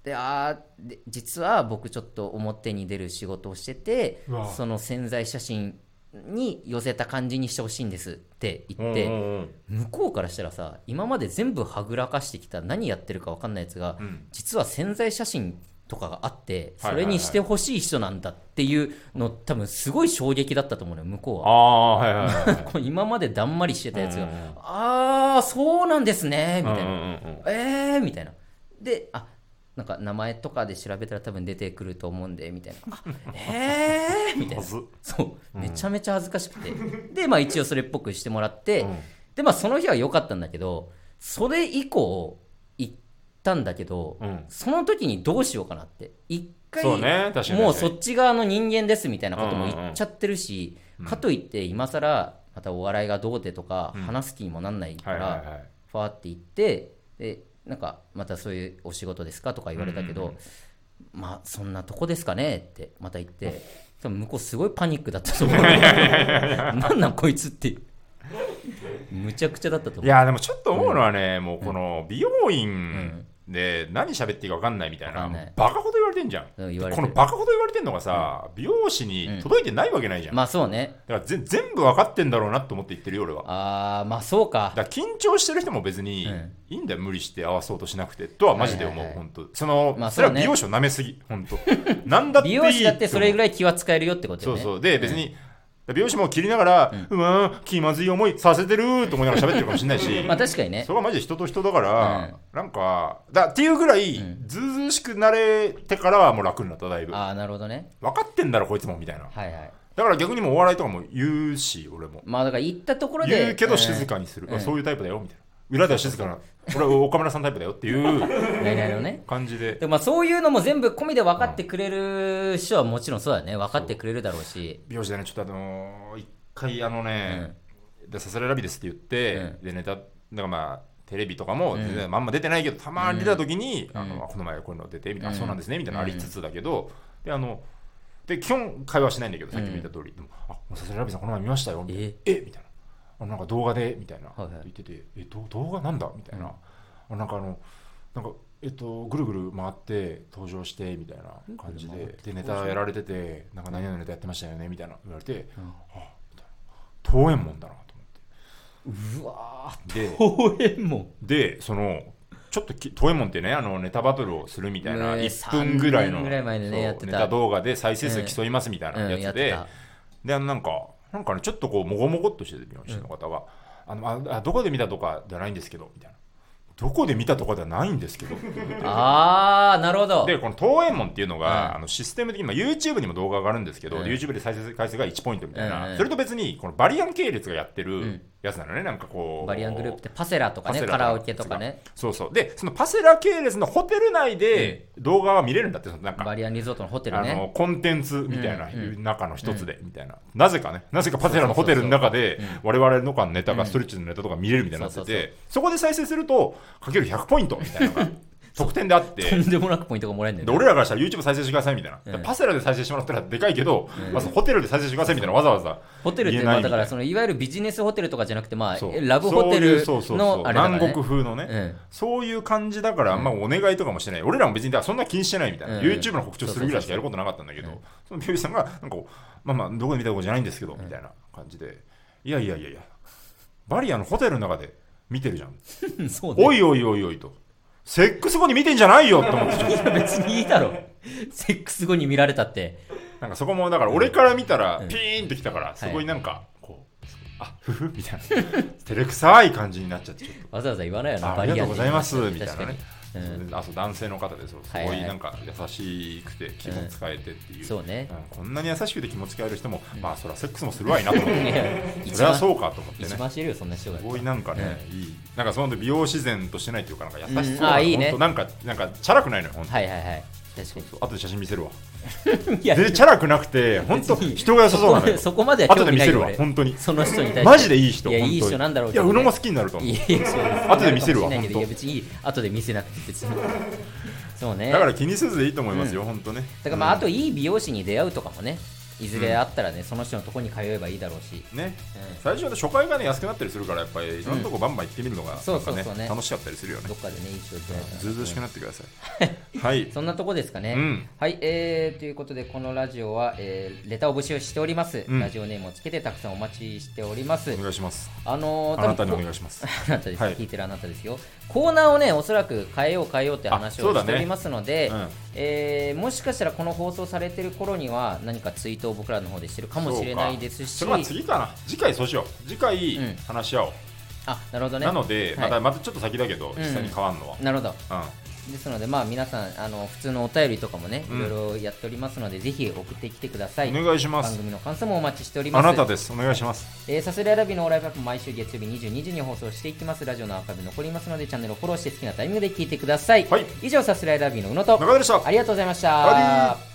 [SPEAKER 1] であーで実は僕ちょっと表に出る仕事をしてて
[SPEAKER 2] うわ
[SPEAKER 1] その潜在写真に寄せた感じにしてほしいんですって
[SPEAKER 2] う
[SPEAKER 1] 言っ
[SPEAKER 2] んうん
[SPEAKER 1] て、
[SPEAKER 2] うん
[SPEAKER 1] 向こうからしたらさ今まで全部はぐらかしてきた何やってるか分かんないやつが、
[SPEAKER 2] ん
[SPEAKER 1] 実は潜在写真とかがあって
[SPEAKER 2] はい
[SPEAKER 1] そ
[SPEAKER 2] はいはい
[SPEAKER 1] れにしてほしい人なんだっていうの多分すごい衝撃だったと思うのよ向こうは。
[SPEAKER 2] ああはいはい はいはい
[SPEAKER 1] こう今までだんまりしてたやつが
[SPEAKER 2] うんうんうん
[SPEAKER 1] 「あーそうなんですね」みたいな
[SPEAKER 2] うんうんうんうん
[SPEAKER 1] えーみたいな。で、あなんか名前とかで調べたら多分出てくると思うんで、みたいな。あえーみたい
[SPEAKER 2] は
[SPEAKER 1] な。
[SPEAKER 2] ず
[SPEAKER 1] そう、めちゃめちゃ恥ずかしくて。で、まあ一応それっぽくしてもらって、
[SPEAKER 2] うん
[SPEAKER 1] で、まあその日は良かったんだけど、それ以降行ったんだけど、
[SPEAKER 2] うん
[SPEAKER 1] その時にどうしようかなって。一回、
[SPEAKER 2] そうね確かに
[SPEAKER 1] もうそっち側の人間ですみたいなことも言っちゃってるし、
[SPEAKER 2] うんうんうん
[SPEAKER 1] かといって今更またお笑いがどうでとか
[SPEAKER 2] うん
[SPEAKER 1] 話す気にもなんないか
[SPEAKER 2] はい
[SPEAKER 1] ら、
[SPEAKER 2] はいはい
[SPEAKER 1] ファーって行ってでなんかまたそういうお仕事ですかとか言われたけど、
[SPEAKER 2] うんうん
[SPEAKER 1] まあそんなとこですかねってまた言って多分向こうすごいパニックだったと思うなんなんこいつってむちゃくちゃだったと
[SPEAKER 2] い
[SPEAKER 1] 思う
[SPEAKER 2] やでもちょっと思うのはね、もうこの美容院で何喋っていいか分かんないみたいな、
[SPEAKER 1] わかんない
[SPEAKER 2] バカほど言われてんじゃん、
[SPEAKER 1] うん言われ
[SPEAKER 2] こ
[SPEAKER 1] て
[SPEAKER 2] の
[SPEAKER 1] る
[SPEAKER 2] バカほど言われてんのがさ、美容師に届いてないわけないじゃん、
[SPEAKER 1] まあそうね
[SPEAKER 2] だからぜ全部分かってんだろうなと思って言ってるよ俺は
[SPEAKER 1] あーまあそうか
[SPEAKER 2] だから緊張してる人も別に
[SPEAKER 1] うん
[SPEAKER 2] いいんだよ、無理して合わそうとしなくてとはマジで思う、
[SPEAKER 1] はいはいはい
[SPEAKER 2] 本当その、
[SPEAKER 1] まあ
[SPEAKER 2] それは
[SPEAKER 1] そうね
[SPEAKER 2] 美容師を舐めすぎ本当なんだってい
[SPEAKER 1] 美
[SPEAKER 2] い
[SPEAKER 1] 容師だってそれぐ
[SPEAKER 2] い
[SPEAKER 1] らい気は使えるよってこと
[SPEAKER 2] そ
[SPEAKER 1] よ
[SPEAKER 2] う
[SPEAKER 1] ね
[SPEAKER 2] そうで別に、美容師も切りながら、うわー気まずい思いさせてると思いながら喋ってるかもしれないし
[SPEAKER 1] まあ確かにね
[SPEAKER 2] それはマジで人と人だから、なんかだっていうぐらい、ずうずうしくなれてからはもう楽になっただいぶ
[SPEAKER 1] ああなるほどね
[SPEAKER 2] 分かってんだろこいつもみたいな
[SPEAKER 1] はいはい
[SPEAKER 2] だから逆にもうお笑いとかも言うし俺も
[SPEAKER 1] まあだから行ったところで
[SPEAKER 2] 言うけど静かにする、
[SPEAKER 1] うん
[SPEAKER 2] あそういうタイプだよみたいな裏では静かな俺は岡村さんタイプだよって いう
[SPEAKER 1] うんなるほどね
[SPEAKER 2] 感じで
[SPEAKER 1] でもまあそういうのも全部込みで分かってくれる人はもちろんそうだよね分かってくれるだろうし
[SPEAKER 2] 美容師でねちょっとあのー一回あのね、でササレラビですって言って、でネタだからまあテレビとかも全然まんま出てないけど、たまに出た時に、あのこの前こういうの出てみたいな、
[SPEAKER 1] うん
[SPEAKER 2] そうなんですねみたいなのありつつだけど、であので基本会話しないんだけどさっきも言った通り、でもあもうササレラビさんこの前見ましたよみたいな
[SPEAKER 1] え
[SPEAKER 2] えみたいなあなんか動画でみたいな、
[SPEAKER 1] はいはい
[SPEAKER 2] 言っててえど動画なんだみたいな、あなんかあのなんかえっとぐるぐる回って登場してみたいな感じ
[SPEAKER 1] ぐるぐる回
[SPEAKER 2] で
[SPEAKER 1] って
[SPEAKER 2] でネタやられててなんか何々ネタやってましたよねみたいな言われて、
[SPEAKER 1] ん
[SPEAKER 2] あみたいな遠縁もんだなと
[SPEAKER 1] うわー
[SPEAKER 2] 思って
[SPEAKER 1] 応援も
[SPEAKER 2] ででそのちょっとき遠縁もんってねあのネタバトルをするみたいな
[SPEAKER 1] ねえ
[SPEAKER 2] 1分ぐらい
[SPEAKER 1] 3
[SPEAKER 2] の
[SPEAKER 1] 年ぐらい前でね
[SPEAKER 2] そう
[SPEAKER 1] やってた
[SPEAKER 2] ネタ動画で再生数競いますみたいな
[SPEAKER 1] うんや
[SPEAKER 2] や
[SPEAKER 1] っ
[SPEAKER 2] つで、
[SPEAKER 1] てた
[SPEAKER 2] であのなんかなんかねちょっとこうもごもごっとしてる美容師の方が、あのああどこで見たとかじゃないんですけどみたいなどこで見たとかではないんですけど
[SPEAKER 1] ああなるほど
[SPEAKER 2] でこの東園門っていうのが、
[SPEAKER 1] うん
[SPEAKER 2] あのシステム的に、まあ、YouTube にも動画があるんですけど、
[SPEAKER 1] うん
[SPEAKER 2] YouTube で再生回数が1ポイントみたいな、
[SPEAKER 1] うんうん
[SPEAKER 2] それと別にこのバリアン系列がやってる
[SPEAKER 1] ん
[SPEAKER 2] やつなのね、なんかこう
[SPEAKER 1] バリアングループってパセラとかね
[SPEAKER 2] パセラ
[SPEAKER 1] カラオケとかね
[SPEAKER 2] そうそうでそのパセラ系列のホテル内で動画は見れるんだってそのなんか
[SPEAKER 1] バリアンリゾートのホテル
[SPEAKER 2] あ
[SPEAKER 1] ね
[SPEAKER 2] のコンテンツみたいな、
[SPEAKER 1] うんう
[SPEAKER 2] 中の一つで、みたいななぜかねなぜかパセラのホテルの中で我々の間のネタがストレッチのネタとか見れるみたいになって
[SPEAKER 1] そうそう
[SPEAKER 2] てそこで再生するとかける100ポイントみたい なのが得点であって
[SPEAKER 1] とんでもなくポイントがもらえるん
[SPEAKER 2] で
[SPEAKER 1] だよね
[SPEAKER 2] 俺らからしたら YouTube 再生してくださいみたいな、
[SPEAKER 1] うん
[SPEAKER 2] パセラで再生してもらったらでかいけど、まずホテルで再生してくださいみたいなわざわざ
[SPEAKER 1] ホテルって
[SPEAKER 2] 言え
[SPEAKER 1] まあ
[SPEAKER 2] ないみ
[SPEAKER 1] だ
[SPEAKER 2] た
[SPEAKER 1] か
[SPEAKER 2] いな
[SPEAKER 1] らそのいわゆるビジネスホテルとかじゃなくてまあ
[SPEAKER 2] そう
[SPEAKER 1] ラブホテル
[SPEAKER 2] そういうそうそうそう
[SPEAKER 1] のあれだからね
[SPEAKER 2] 南国風のね、
[SPEAKER 1] うん
[SPEAKER 2] そういう感じだからあんまお願いとかもしてない、俺らも別にだからそんな気にしてないみたいな、
[SPEAKER 1] うん
[SPEAKER 2] YouTube の告知をするぐらいしかやることなかったんだけど、その美容師さんがなんかまあまあどこで見たことじゃないんですけど、みたいな感じでいやいやいやいやバリアのホテルの中で見てるじゃん、
[SPEAKER 1] うんそうね
[SPEAKER 2] おいおいおいおいとセックス後に見てんじゃないよと思って
[SPEAKER 1] いや別にいいだろセックス後に見られたって
[SPEAKER 2] なんかそこもだから俺から見たらピーンってきたからすごいなんかこうあふふみたいな 照れくさい感じになっちゃってちょっ
[SPEAKER 1] わざわざ言わないよ
[SPEAKER 2] とあ
[SPEAKER 1] な
[SPEAKER 2] あ
[SPEAKER 1] バ
[SPEAKER 2] り
[SPEAKER 1] リアン
[SPEAKER 2] がとうございます
[SPEAKER 1] って
[SPEAKER 2] みたいな
[SPEAKER 1] 確か
[SPEAKER 2] ね
[SPEAKER 1] にうん
[SPEAKER 2] あそう男性の方でそうすご
[SPEAKER 1] はいはいい
[SPEAKER 2] なんか優しくて気も使えてっていう、
[SPEAKER 1] そうね
[SPEAKER 2] んこんなに優しくて気も使える人も、まあそりゃセックスもするわいなと思っ
[SPEAKER 1] いや
[SPEAKER 2] て
[SPEAKER 1] 一
[SPEAKER 2] そりゃ
[SPEAKER 1] 番
[SPEAKER 2] そうかと思ってね
[SPEAKER 1] 一番知るよそんな人が
[SPEAKER 2] すごいなんかね、いいなんかその美容自然としてないというかなんか優しそう
[SPEAKER 1] うん
[SPEAKER 2] な、
[SPEAKER 1] あいいね
[SPEAKER 2] ほんとなんかなんかチャラくないのよ本当、
[SPEAKER 1] はいはいはい確かに
[SPEAKER 2] 後で写真見せるわ
[SPEAKER 1] いや
[SPEAKER 2] でチャラくなくて本 当
[SPEAKER 1] 別に
[SPEAKER 2] 人が良さそうなのよ
[SPEAKER 1] そこまでは
[SPEAKER 2] 後
[SPEAKER 1] 興味
[SPEAKER 2] で見
[SPEAKER 1] ない
[SPEAKER 2] せ
[SPEAKER 1] よ
[SPEAKER 2] るわ
[SPEAKER 1] 俺
[SPEAKER 2] 本当に
[SPEAKER 1] その人に対して
[SPEAKER 2] マジでいい人
[SPEAKER 1] いや
[SPEAKER 2] 本当に
[SPEAKER 1] いい人なんだろう
[SPEAKER 2] い
[SPEAKER 1] け
[SPEAKER 2] や
[SPEAKER 1] どね
[SPEAKER 2] 宇野も好きになると思う
[SPEAKER 1] いやいやそうです
[SPEAKER 2] 後で見せるわ
[SPEAKER 1] いやいや
[SPEAKER 2] 本当
[SPEAKER 1] いや別にいい後で見せなくて別にそうね
[SPEAKER 2] だから気にせずでいいと思いますよ、本当ね
[SPEAKER 1] だからまあ、
[SPEAKER 2] うん
[SPEAKER 1] あといい美容師に出会うとかもねいずれあったらね、その人のとこに通えばいいだろうし
[SPEAKER 2] ね
[SPEAKER 1] うん
[SPEAKER 2] 最初は初回がね安くなったりするからやっぱりいろんなとこバンバン行ってみるのが
[SPEAKER 1] そう
[SPEAKER 2] なんか
[SPEAKER 1] そうそう
[SPEAKER 2] ね
[SPEAKER 1] ね
[SPEAKER 2] 楽しかったりするよね
[SPEAKER 1] どっかでねいい人を出会えたら
[SPEAKER 2] ずうずうしくなってくださいはい
[SPEAKER 1] そんなとこですかね。
[SPEAKER 2] うん
[SPEAKER 1] はい、えーということで、このラジオは、えーレターを募集しております、
[SPEAKER 2] うん
[SPEAKER 1] ラジオネームをつけてたくさんお待ちしております。
[SPEAKER 2] お願いします
[SPEAKER 1] あのー、
[SPEAKER 2] あなたにお願い
[SPEAKER 1] し
[SPEAKER 2] します
[SPEAKER 1] ます。あなたです、
[SPEAKER 2] はい
[SPEAKER 1] 聞いてるあなたですよ。コーナーをね、おそらく変えよう変えようって話
[SPEAKER 2] あそ
[SPEAKER 1] を
[SPEAKER 2] うだね
[SPEAKER 1] しておりますので、
[SPEAKER 2] うん
[SPEAKER 1] えーもしかしたらこの放送されてる頃には、何かツイートを僕らの方でしてるかもしれないですし、
[SPEAKER 2] そうかそれは次かな次回そうしよう次回
[SPEAKER 1] うん
[SPEAKER 2] 話し合おう、
[SPEAKER 1] あ、なるほどね。
[SPEAKER 2] なので、
[SPEAKER 1] はい
[SPEAKER 2] またまたちょっと先だけど
[SPEAKER 1] ん
[SPEAKER 2] 実際に変わんのは、
[SPEAKER 1] なるほど。
[SPEAKER 2] うん
[SPEAKER 1] ですので、まあ、皆さん、あの、普通のお便りとかもね、
[SPEAKER 2] うん
[SPEAKER 1] いろいろやっておりますので、ぜひ送ってきてください。
[SPEAKER 2] お願いしま
[SPEAKER 1] 番
[SPEAKER 2] す
[SPEAKER 1] 組の感想もお待ちしておりま
[SPEAKER 2] あ
[SPEAKER 1] す。
[SPEAKER 2] なたですお願いします
[SPEAKER 1] えーサスレアラビのオーライブアップ毎週月曜日22時に放送していきます。ラジオのアーカイブ残りますので、チャンネルをフォローして好きなタイミングで聞いてください。
[SPEAKER 2] はい
[SPEAKER 1] 以上、サスレアラビの宇野と、
[SPEAKER 2] 中田でした
[SPEAKER 1] ありがとうございまし
[SPEAKER 2] バイバ
[SPEAKER 1] た。